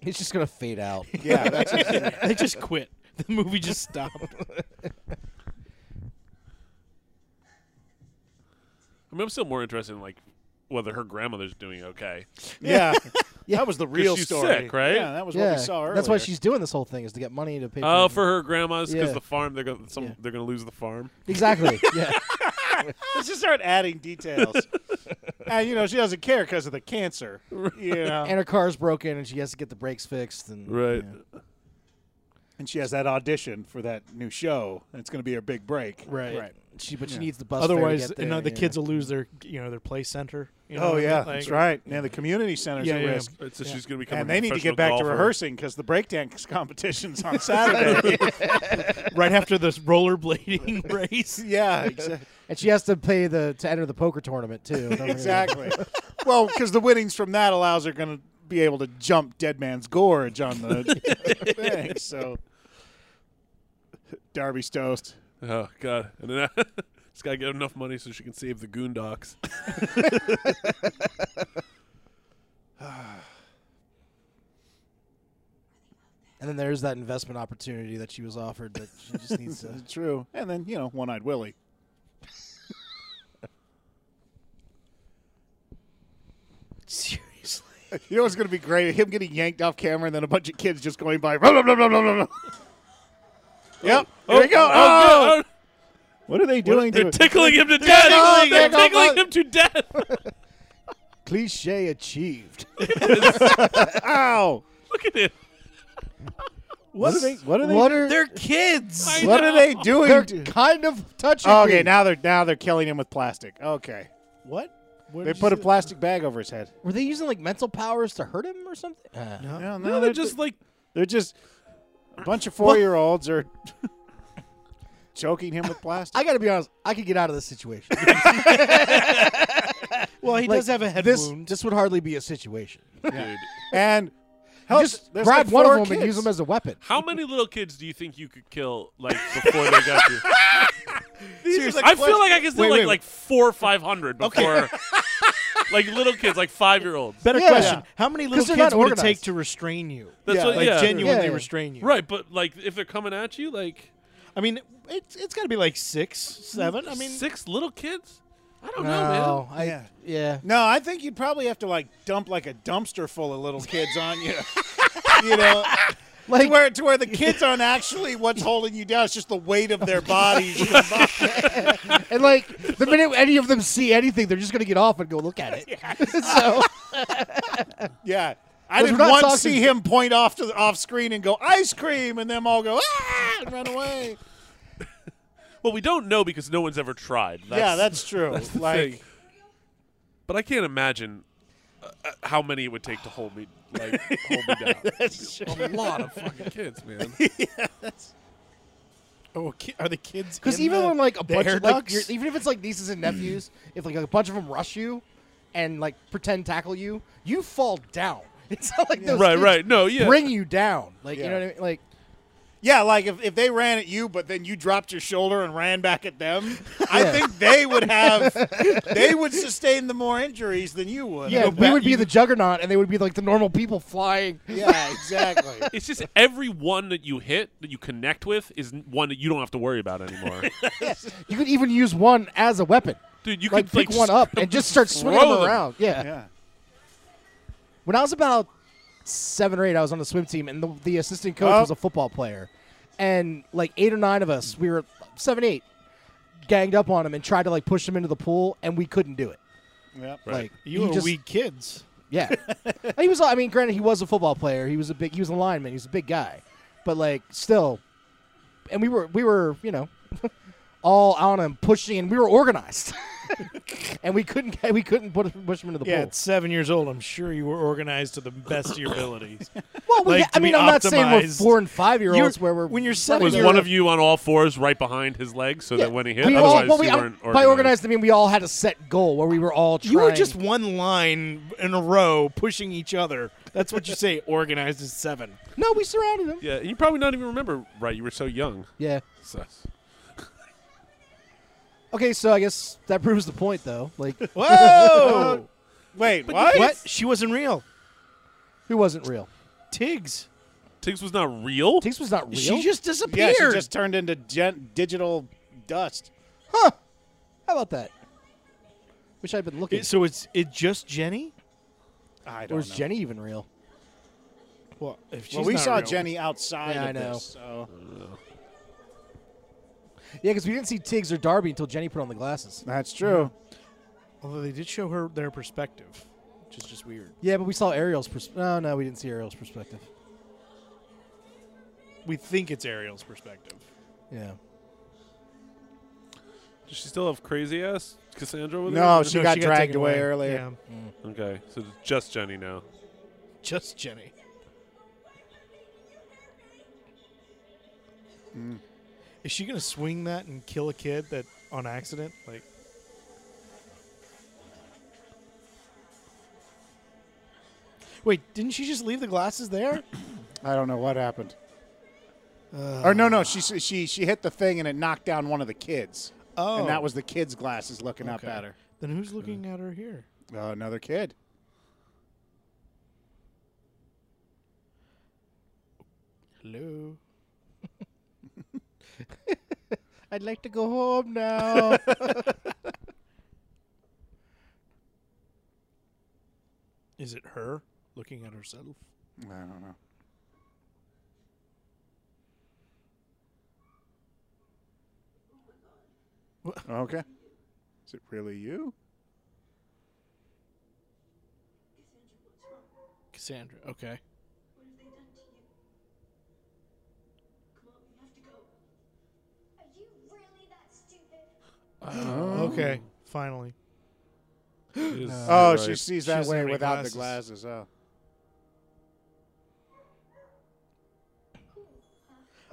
C: It's just gonna fade out.
A: Yeah, that's
B: they just quit. The movie just stopped.
I: I mean, I'm still more interested in like whether her grandmother's doing okay.
A: yeah. That was the real
I: she's
A: story,
I: sick, right?
A: Yeah, that was
C: yeah,
A: what we saw earlier.
C: that's why she's doing this whole thing is to get money to pay.
I: Oh, for her grandma's because
C: Yeah.
I: the farm they're gonna some,
C: Yeah.
I: they're gonna lose the farm.
C: exactly. Yeah,
A: Let's just start adding details. and you know, she doesn't care because of the cancer. You know,
C: and her car's broken, and she has to get the brakes fixed. And
I: Right.
C: yeah.
A: and she has that audition for that new show. And it's going to be her big break.
B: Right.
C: right. She but she
A: Yeah.
C: needs the bus. fare to
B: Otherwise,
C: get
B: you know,
C: there,
B: the
C: yeah.
B: kids will lose their, you know, their play center. You know,
A: Oh yeah,
B: like-
A: that's right. Yeah, the community center's
B: Yeah,
A: at
B: yeah.
A: risk.
I: Right, So she's gonna become.
A: And
I: a
A: they need to
I: professional
A: get back
I: golfer.
A: to rehearsing because the breakdance competition's on Saturday.
B: Right after this rollerblading race.
A: yeah, exa-
C: And she has to pay the to enter the poker tournament too. Don't forget that.
A: exactly. well, because the winnings from that allows her going to be able to jump Dead Man's Gorge on the thing. So Darby's toast.
I: Oh god, and then I, just gotta get enough money so she can save the Goondocks.
C: And then there's that investment opportunity that she was offered that she just needs to.
A: True. And then, you know, One Eyed Willie.
B: Seriously.
A: You know what's going to be great? Him getting yanked off camera and then a bunch of kids just going by. Blah, blah, blah, blah, blah, blah. Yep. Here we go. Oh,
I: Oh, God.
A: What are they doing?
I: They're
A: to-
I: tickling him to death.
A: tickling
I: They're
A: him. Tickle
I: tickling
A: him.
I: him to death.
C: Cliche achieved.
A: Ow.
I: Look at him.
A: What are they? What are they?
C: What are
B: They're kids.
I: I
A: what are
I: know.
A: they doing?
C: they're
A: to-
C: kind of touching?
A: Oh, okay,
C: me.
A: now they're now they're killing him with plastic. Okay,
B: What? Where
A: they
B: did you
A: put a
B: see
A: plastic bag over his head.
C: were they using like mental powers to hurt him or something? Uh,
B: that?
A: No, no,
I: No, they're just like
A: they're just a bunch of four year olds are choking him with plastic.
C: I got to be honest. I could get out of this situation.
B: Well, he
C: Like,
B: does have a head
C: this,
B: wound.
C: This would hardly be a situation.
I: dude.
A: and help,
C: Just
A: there's
C: grab
A: like
C: one of
A: four
C: them and
A: kids.
C: use them as a weapon.
I: How many little kids do you think you could kill like before they got you?
A: Seriously,
I: I feel like I could
A: Wait,
I: still like
A: wait.
I: like four or five hundred before, like little kids, like five year olds.
B: Better
C: Yeah.
B: question. How many
C: 'Cause
B: little
C: they're
B: kids
C: not
B: would it take
C: organized.
B: to restrain you?
I: That's
A: Yeah,
I: what,
B: Like
I: yeah.
B: genuinely
C: Yeah.
B: restrain you.
I: right. But like if they're coming at you, like
B: I mean, it's it's got to be like six, seven. I mean,
I: six little kids. I don't know, man.
C: No, Oh, I
A: Yeah.
C: yeah.
A: No, I think you'd probably have to like dump like a dumpster full of little kids on you. you know,
C: Like
A: to where to where the kids aren't actually what's holding you down. It's just the weight of their bodies.
C: and like the minute any of them see anything, they're just gonna get off and go look at it. so
A: Yeah. I I
K: Because
A: didn't
K: we're not
A: once
K: talking-
A: see him point off to the, off screen and go ice cream, and them all go ah and run away.
I: Well, we don't know because no one's ever tried. That's,
A: yeah, that's true.
I: the
A: like
I: thing. But I can't imagine uh, uh, how many it would take to hold me like hold me down.
A: that's true.
I: a lot of fucking kids, man.
B: Oh, ki- are the kids?
C: Because
B: in
C: even
B: the-
C: when like a
B: the
C: bunch
B: air
C: of like,
B: ducts?
C: your, even if it's like nieces and nephews, if like a bunch of them rush you and like pretend tackle you, you fall down. It's not like those
I: right,
C: kids
I: right. No, yeah.
C: bring you down. Like you
A: Yeah.
C: know what I mean? Like
A: Yeah, like if, if they ran at you, but then you dropped your shoulder and ran back at them, I think they would have they would sustain the more injuries than you would.
C: yeah, we would be the juggernaut, and they would be like the normal people flying.
A: yeah, exactly.
I: It's just every one that you hit that you connect with is n- one that you don't have to worry about anymore.
C: You could even use one as a weapon.
I: Dude, you
C: like
I: could like
C: pick one up and just start swinging them
I: throw them.
C: around. Yeah.
A: Yeah.
C: When I was about seven or eight, I was on the swim team, and the, the assistant coach
A: Oh.
C: was a football player, and like eight or nine of us, we were seven, eight, ganged up on him and tried to like push him into the pool, and we couldn't do it.
A: Yep.
C: Like
B: you
C: he
B: are
C: just,
B: weak kids.
C: Yeah, he was. I mean, granted, he was a football player. He was a big. He was a lineman. He was a big guy, but like still, and we were we were you know all on him pushing, and we were organized, and we couldn't we couldn't put, push him into the
B: Yeah,
C: pool.
B: at seven years old, I'm sure you were organized to the best of your abilities.
C: Well, we,
B: like,
C: I
B: to be
C: mean, I'm not saying we're
B: optimized.
C: four and five year olds
B: You're-
C: where we're
B: when you're
C: seven
I: Was
C: year
I: one
C: olds-
I: of you on all fours right behind his leg so that when he hit,
C: We all-
I: otherwise
C: well, we-
I: you
C: I'm-
I: weren't
C: by organized, I mean we all had a set goal where we were all trying.
B: You were just one line in a row pushing each other. That's what you say. Organized is seven.
C: no, we surrounded him.
I: Yeah, you probably not even remember. Right, you were so young.
C: Yeah.
I: So.
C: Okay, so I guess that proves the point, though. Like,
B: Whoa!
A: Wait,
B: what?
A: what?
B: She wasn't real.
C: who wasn't real?
B: Tiggs.
I: Tiggs was not real.
C: Tinks was not real.
B: She just
A: Yeah,
B: disappeared.
A: she just turned into gen- digital dust.
C: How about that? Wish I'd been looking.
B: It- so it's it just Jenny.
A: I
C: or
A: don't
C: is
A: know.
C: Jenny even real?
B: Well, if she's
A: well, we
B: not
A: saw
B: real-
A: Jenny outside
C: Yeah,
A: of
C: I know.
A: this, so
C: Yeah, because we didn't see Tiggs or Darby until Jenny put on the glasses.
A: that's true.
B: Although they did show her their perspective, which is just weird.
C: Yeah, but we saw Ariel's perspective. No, no, we didn't see Ariel's perspective.
B: We think it's Ariel's perspective.
C: Yeah.
I: Does she still have crazy ass Cassandra with
A: No,
I: her?
A: she got dragged
B: taken
A: away earlier.
B: Yeah.
I: Okay, so it's just Jenny now.
B: Just Jenny. Mm. Is she gonna swing that and kill a kid that on accident? Like, wait, didn't she just leave the glasses there?
A: I don't know what happened. or no, no, she s- she she hit the thing and it knocked down one of the kids.
B: Oh. Mm.
A: and that was the kid's glasses looking up
B: Okay.
A: at her.
B: Then who's looking at her here?
A: Oh, another kid.
B: Hello.
C: I'd like to go home now.
B: Is it her looking at herself?
A: I don't know. Okay. Is it really you?
B: Cassandra. Okay.
H: What have they done to you? Come on, we have to go. Are you really that stupid?
B: Okay. Finally.
A: Oh,
I: right.
A: she sees
B: She
A: that
B: doesn't have
A: way
B: any
A: without the glasses. Oh.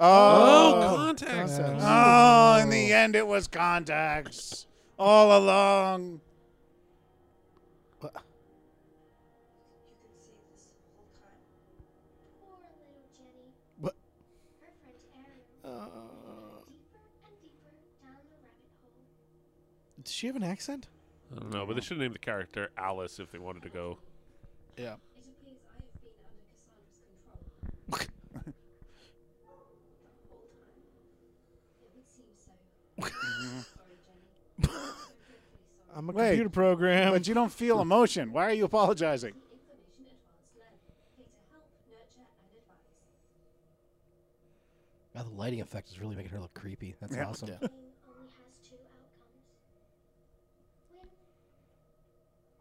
I: Oh,
A: Oh.
I: contacts.
A: Oh, in the end, it was contacts all along.
H: You can save this whole time. Poor little Jenny.
B: What?
H: Her friend Ariel went deeper and deeper down the rabbit hole.
B: Does she have an accent?
I: I don't know, but they should have named the character Alice if they wanted to go.
H: It appears I have been under Cassandra's control. the whole time. It would seem so. Sorry, Jenny.
B: I'm a
A: Wait.
B: computer program.
A: But you don't feel emotion. Why are you apologizing?
H: Information Advanced Learning. Here to help, nurture, and advise.
C: God, the lighting effect is really making her look creepy. That's
A: Yeah.
C: awesome.
H: Pain only has two outcomes.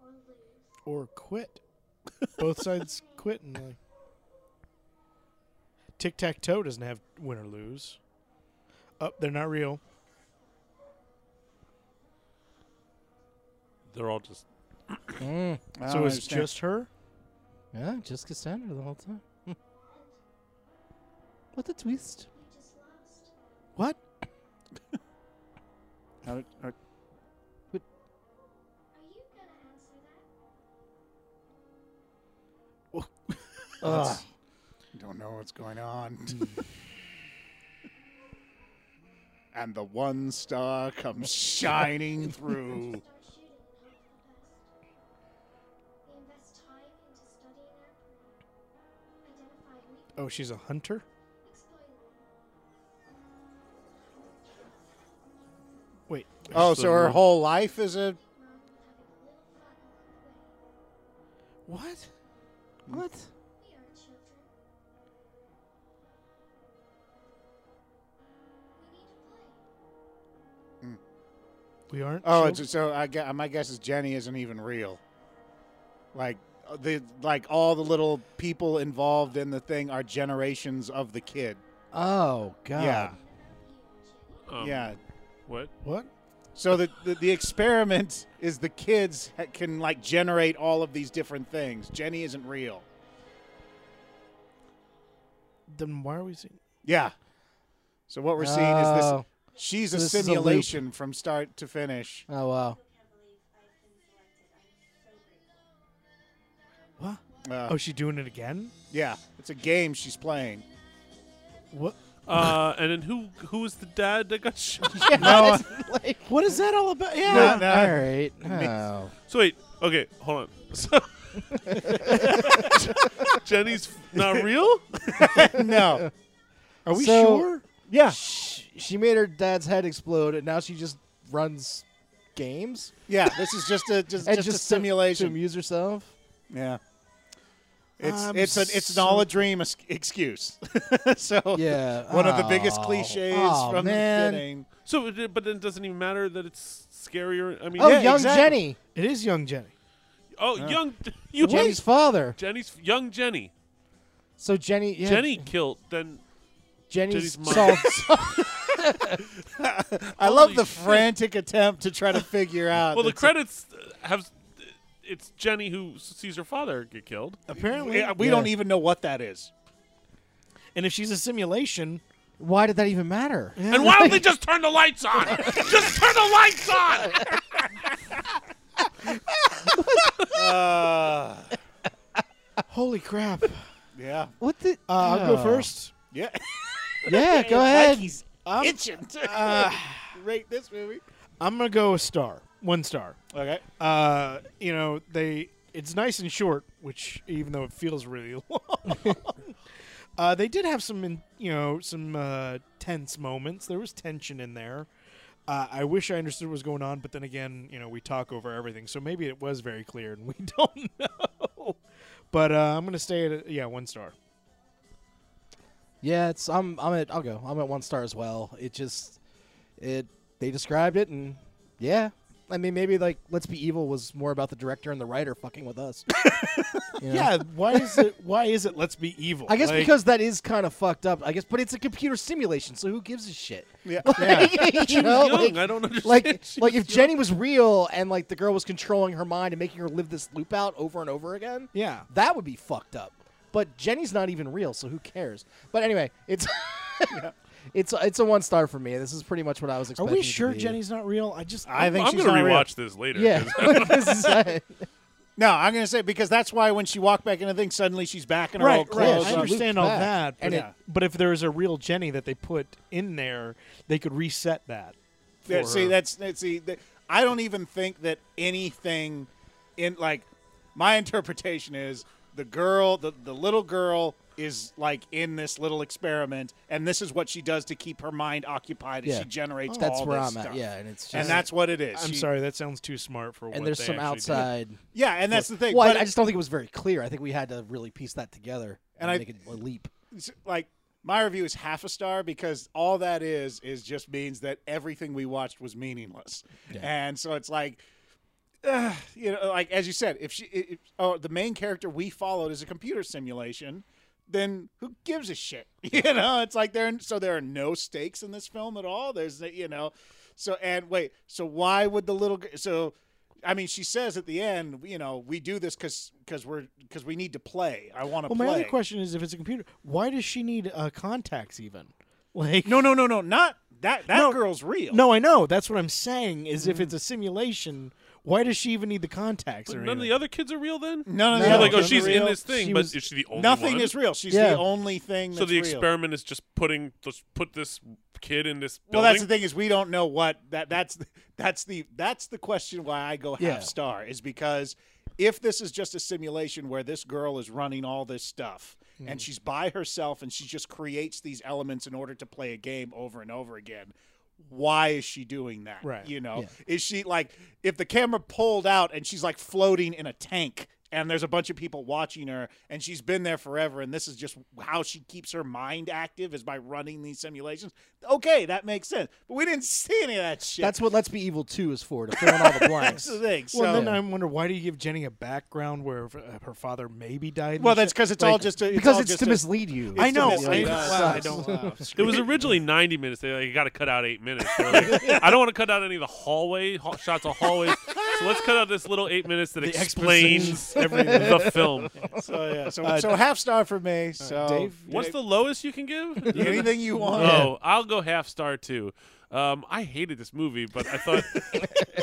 H: Win or lose.
B: or quit. Both sides quit and like. Tic Tac Toe doesn't have win or lose. Oh, they're not real.
I: They're all just
A: Oh, I
C: Mm.
B: So
A: don't
B: it's
A: understand.
B: just her.
C: Yeah, just Cassandra the whole time. Hmm. What a twist. What?
A: I don't- I-
H: Are you gonna answer that?
C: Ugh.
A: don't know what's going on. and the one star comes shining through.
H: Start shooting and hope for the best. We invest time into studying our prey, identifying weaknesses,
B: Oh, she's a hunter.
H: exploiting them.
B: Wait,
A: Oh, so her whole life is a
H: Mom with having a little fun along the way.
B: what?
C: What?
H: We are children. We need to play.
B: We aren't.
A: Oh,
B: children?
A: it's, so I guess, my guess is Jenny isn't even real. Like uh, the like all the little people involved in the thing are generations of the kid.
C: Oh, God.
A: Yeah,
I: um,
A: yeah.
I: What?
B: what?
A: So the, the the experiment is the kids ha- can like generate all of these different things. Jenny isn't real.
B: Then why are we seeing?
A: Yeah. So what we're seeing is this:
C: Oh.
A: she's a
C: This is a loop.
A: simulation from start to finish.
C: Oh, wow.
B: What?
A: Uh,
B: Oh, she doing it again?
A: yeah, it's a game she's playing.
B: What?
I: Uh, and then who who was the dad that got shot?
C: Yeah,
A: No.
C: that's like-
B: What is that all about? Yeah.
A: No, no.
C: All right. Oh.
I: So wait, okay, hold on. So Jenny's f- not real.
A: no.
B: Are we
C: So-
B: sure?
A: Yeah.
C: Sh- She made her dad's head explode, and now she just runs games
A: Yeah. This is just a just,
C: and
A: just a
C: to-
A: simulation.
C: to amuse herself.
A: Yeah. It's
B: I'm
A: it's a, it's
B: so-
A: an all a dream es- excuse. so
C: Yeah,
A: one of the biggest
C: aw.
A: cliches
C: Aw,
A: from
C: man.
A: the beginning.
I: So, it- but then it doesn't even matter that it's scarier. I mean,
C: Oh,
A: Yeah,
C: young
A: exactly.
C: Jenny,
B: It is young Jenny.
I: oh, young you
C: Jenny's father.
I: Jenny's young Jenny.
C: So Jenny, yeah,
I: Jenny killed. Then
C: Jenny's,
I: Jenny's mom.
C: solved-
A: I love
I: Holy
A: the
I: shit.
A: frantic attempt to try to figure out.
I: well, the
A: that's-
I: credits uh, have. It's Jenny who s- sees her father get killed.
B: Apparently,
A: Yeah, we don't even know what that is.
B: And if she's a simulation,
C: Why did that even matter?
I: And why don't they just turn the lights on? just turn the lights on.
B: holy crap!
A: Yeah.
C: What the?
B: Uh, I'll go
C: Oh.
B: first.
A: Yeah.
C: Yeah, go ahead.
B: I'm,
A: Itching to rate this movie.
B: I'm gonna go a star, one star.
A: Okay.
B: Uh, you know they. It's nice and short, which even though it feels really long. uh, they did have some, in, you know, some uh, tense moments. There was tension in there. Uh, I wish I understood what was going on, but then again, you know, we talk over everything, so maybe it was very clear and we don't know. But uh, I'm gonna stay at a, yeah one star.
C: Yeah, it's I'm I'm at I'll go. I'm at one star as well. It just it they described it and yeah. I mean maybe like Let's Be Evil was more about the director and the writer fucking with us. You know?
B: Yeah, Uh, why is it? Why is it? Let's be evil.
C: I guess
B: Like,
C: because that is kind of fucked up. I guess, but it's a computer simulation, so who gives a shit?
A: Yeah.
C: you know,
I: young.
C: like,
I: I don't understand.
C: like,
I: She
C: like
I: was
C: if Jenny was real and like the girl was controlling her mind and making her live this loop out over and over again,
B: yeah,
C: that would be fucked up. But Jenny's not even real, so who cares? But anyway, it's it's it's a one star for me. This is pretty much what I was
B: are
C: expecting.
B: we
C: it to
B: sure
C: be.
B: Jenny's not real? I just
A: I think
I: I'm
A: she's
I: gonna
A: not real.
I: rewatch this later.
C: Yeah.
I: 'cause
C: This is-
A: No, I'm gonna say because that's why when she walked back in the thing, suddenly she's back in her old
B: right, right.
A: clothes.
B: I
C: on Luke
B: understand all
C: back.
B: that, but,
C: And
A: it-
B: but if there is a real Jenny that they put in there, they could reset that. for
A: Yeah, see,
B: her.
A: that's that- see. That, I don't even think that anything in like my interpretation is the girl, the the little girl is like in this little experiment, and this is what she does to keep her mind occupied as
C: Yeah.
A: she generates.
C: that's
A: all
C: where
A: this
C: I'm at.
A: stuff.
C: Yeah, and it's just,
A: and that's what it is.
B: I'm
A: She-
B: sorry, that sounds too smart for.
C: and
B: what
C: there's
B: they
C: some
B: actually did.
C: outside.
A: Yeah, and that's the thing.
C: Well,
A: but
C: I, I just don't think it was very clear. I think we had to really piece that together
A: And
C: and,
A: I-
C: make it a leap.
A: it's, like my review is half a star because all that is is just means that everything we watched was meaningless, and so it's like uh, you know, like as you said, if she, if, oh, the main character we followed is a computer simulation, then who gives a shit? You know, it's like there. So there are no stakes in this film at all. There's, uh, you know, so and wait, so why would the little gr- so? I mean, she says at the end, you know, we do this because because we're because we need to play. I want to
B: Well,
A: play.
B: my other question is, if it's a computer, why does she need uh, contacts even? Like,
A: No, no, no, no, not that. That
B: No.
A: girl's real.
B: no, I know. That's what I'm saying. Is if it's a simulation, why does she even need the contacts?
I: But
B: or
I: none of
B: anything?
I: the other kids are real then?
A: none of the
I: You're
B: No,
I: like, oh,
A: others are
I: she's in
A: real.
I: this thing,
B: She
I: but
B: was-
I: is she the only
A: Nothing
I: one?
A: is real. She's
B: Yeah.
A: the only thing.
I: So
A: That's
I: the
A: real.
I: experiment is just putting, let's put this kid in this building.
A: Well, that's the thing is we don't know what that that's that's the that's the question why I go half
C: Yeah.
A: star is because if this is just a simulation where this girl is running all this stuff and she's by herself and she just creates these elements in order to play a game over and over again, why is she doing that?
B: Right.
A: You know, is she like if the camera pulled out and she's like floating in a tank? And there's a bunch of people watching her, and she's been there forever. And this is just how she keeps her mind active is by running these simulations. Okay, that makes sense. But we didn't see any of that shit.
C: That's what Let's Be Evil 2 is for, to fill in all the
A: That's
C: blanks.
A: the thing. So,
B: Well,
A: well,
B: and then I wonder why do you give Jenny a background where uh, her father maybe died? and
A: that's
B: shit?
A: because it's all just a, it's
C: because
A: all
C: it's
A: just
C: to
A: a-
C: mislead you.
A: it's
B: I
A: to
B: know,
A: mislead
B: I-
A: us.
B: wow.
A: I don't uh, allow.
I: It was originally 90 minutes. They like, got to cut out eight minutes. They were like, I don't want to cut out any of the hallway ha- shots of hallways. So let's cut out this little eight minutes that
B: The
I: explains the film.
A: So yeah. So, so half star for me. So
B: Dave?
I: What's the lowest you can give?
A: anything you want?
I: Oh, I'll go half star too. Um, I hated this movie, but I thought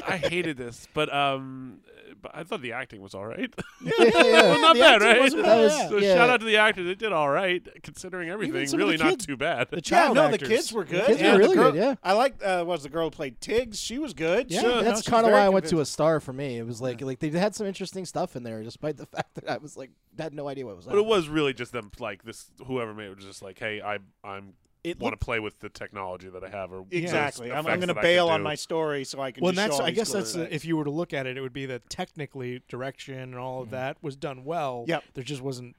I: I hated this, but um, but I thought the acting was all right. well, not
A: the
I: bad,
A: acting
I: right?
A: wasn't
C: bad. That was-
I: so
C: yeah.
I: shout out to the actors; they did all right considering everything.
B: some of the
I: Really, not
B: kids-
I: too bad.
B: the
A: Yeah,
B: child
A: no,
B: actors.
A: the kids were good.
C: kids were
A: yeah, the
C: really
A: girl-
C: good, yeah.
A: I like uh, was the girl who played Tiggs. She was good.
C: Yeah,
A: Sure, no,
C: that's
A: she's
C: kind of
A: very
C: why I went to
A: convincing.
C: a star for me. It was like like they had some interesting stuff in there, despite the fact that I was like had no idea what was.
I: But it
C: happening.
I: was really just them, like this. Whoever made it was just like, "Hey, I I'm
B: It
I: want to play with the technology that I have." Or those
A: Exactly. I'm, I'm
I: effects
A: going to
I: that I can
A: bail on
I: do."
A: my story so I can.
B: Well, and
A: just
B: that's
A: show all
B: I
A: these
B: guess
A: cool
B: that's the,
A: effects.
B: if you were to look at it, it would be that technically direction and all of that was done well.
A: Yep.
B: there just wasn't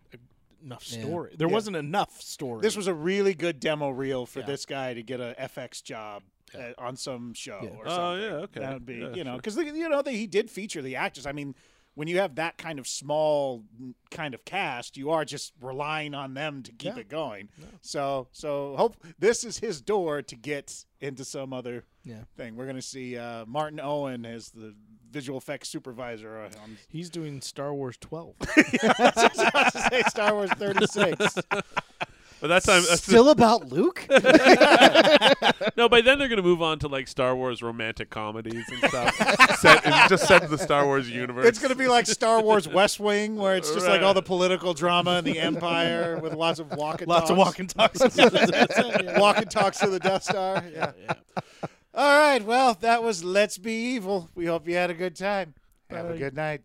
B: enough
C: Yeah.
B: story. There
A: Yeah.
B: wasn't enough story.
A: This was a really good demo reel for
B: Yeah.
A: this guy to get a FX job uh, on some show
C: Yeah.
A: or
I: Oh,
A: something.
I: yeah, okay.
A: That would be,
I: Yeah,
A: you know,
I: sure.
A: because you know they, he did feature the actors. I mean, when you have that kind of small mm, kind of cast, you are just relying on them to keep it going. So, so hope this is his door to get into some other
C: Yeah.
A: thing. We're gonna see uh, Martin Owen as the visual effects supervisor on
B: He's doing Star Wars 12.
A: Star Wars 36.
I: But that's time. That's the-
C: still about Luke.
I: no, by then they're going to move on to like Star Wars romantic comedies and stuff. set, and just set in the Star Wars universe.
A: It's going to be like Star Wars West Wing, where it's just like
I: Right.
A: all the political drama and the Empire with lots of walk and
B: Lots of
A: talks.
B: walking talks.
A: walk and talks to the Death Star. Yeah. All right. Well, that was Let's Be Evil. We hope you had a good time. Have a good night.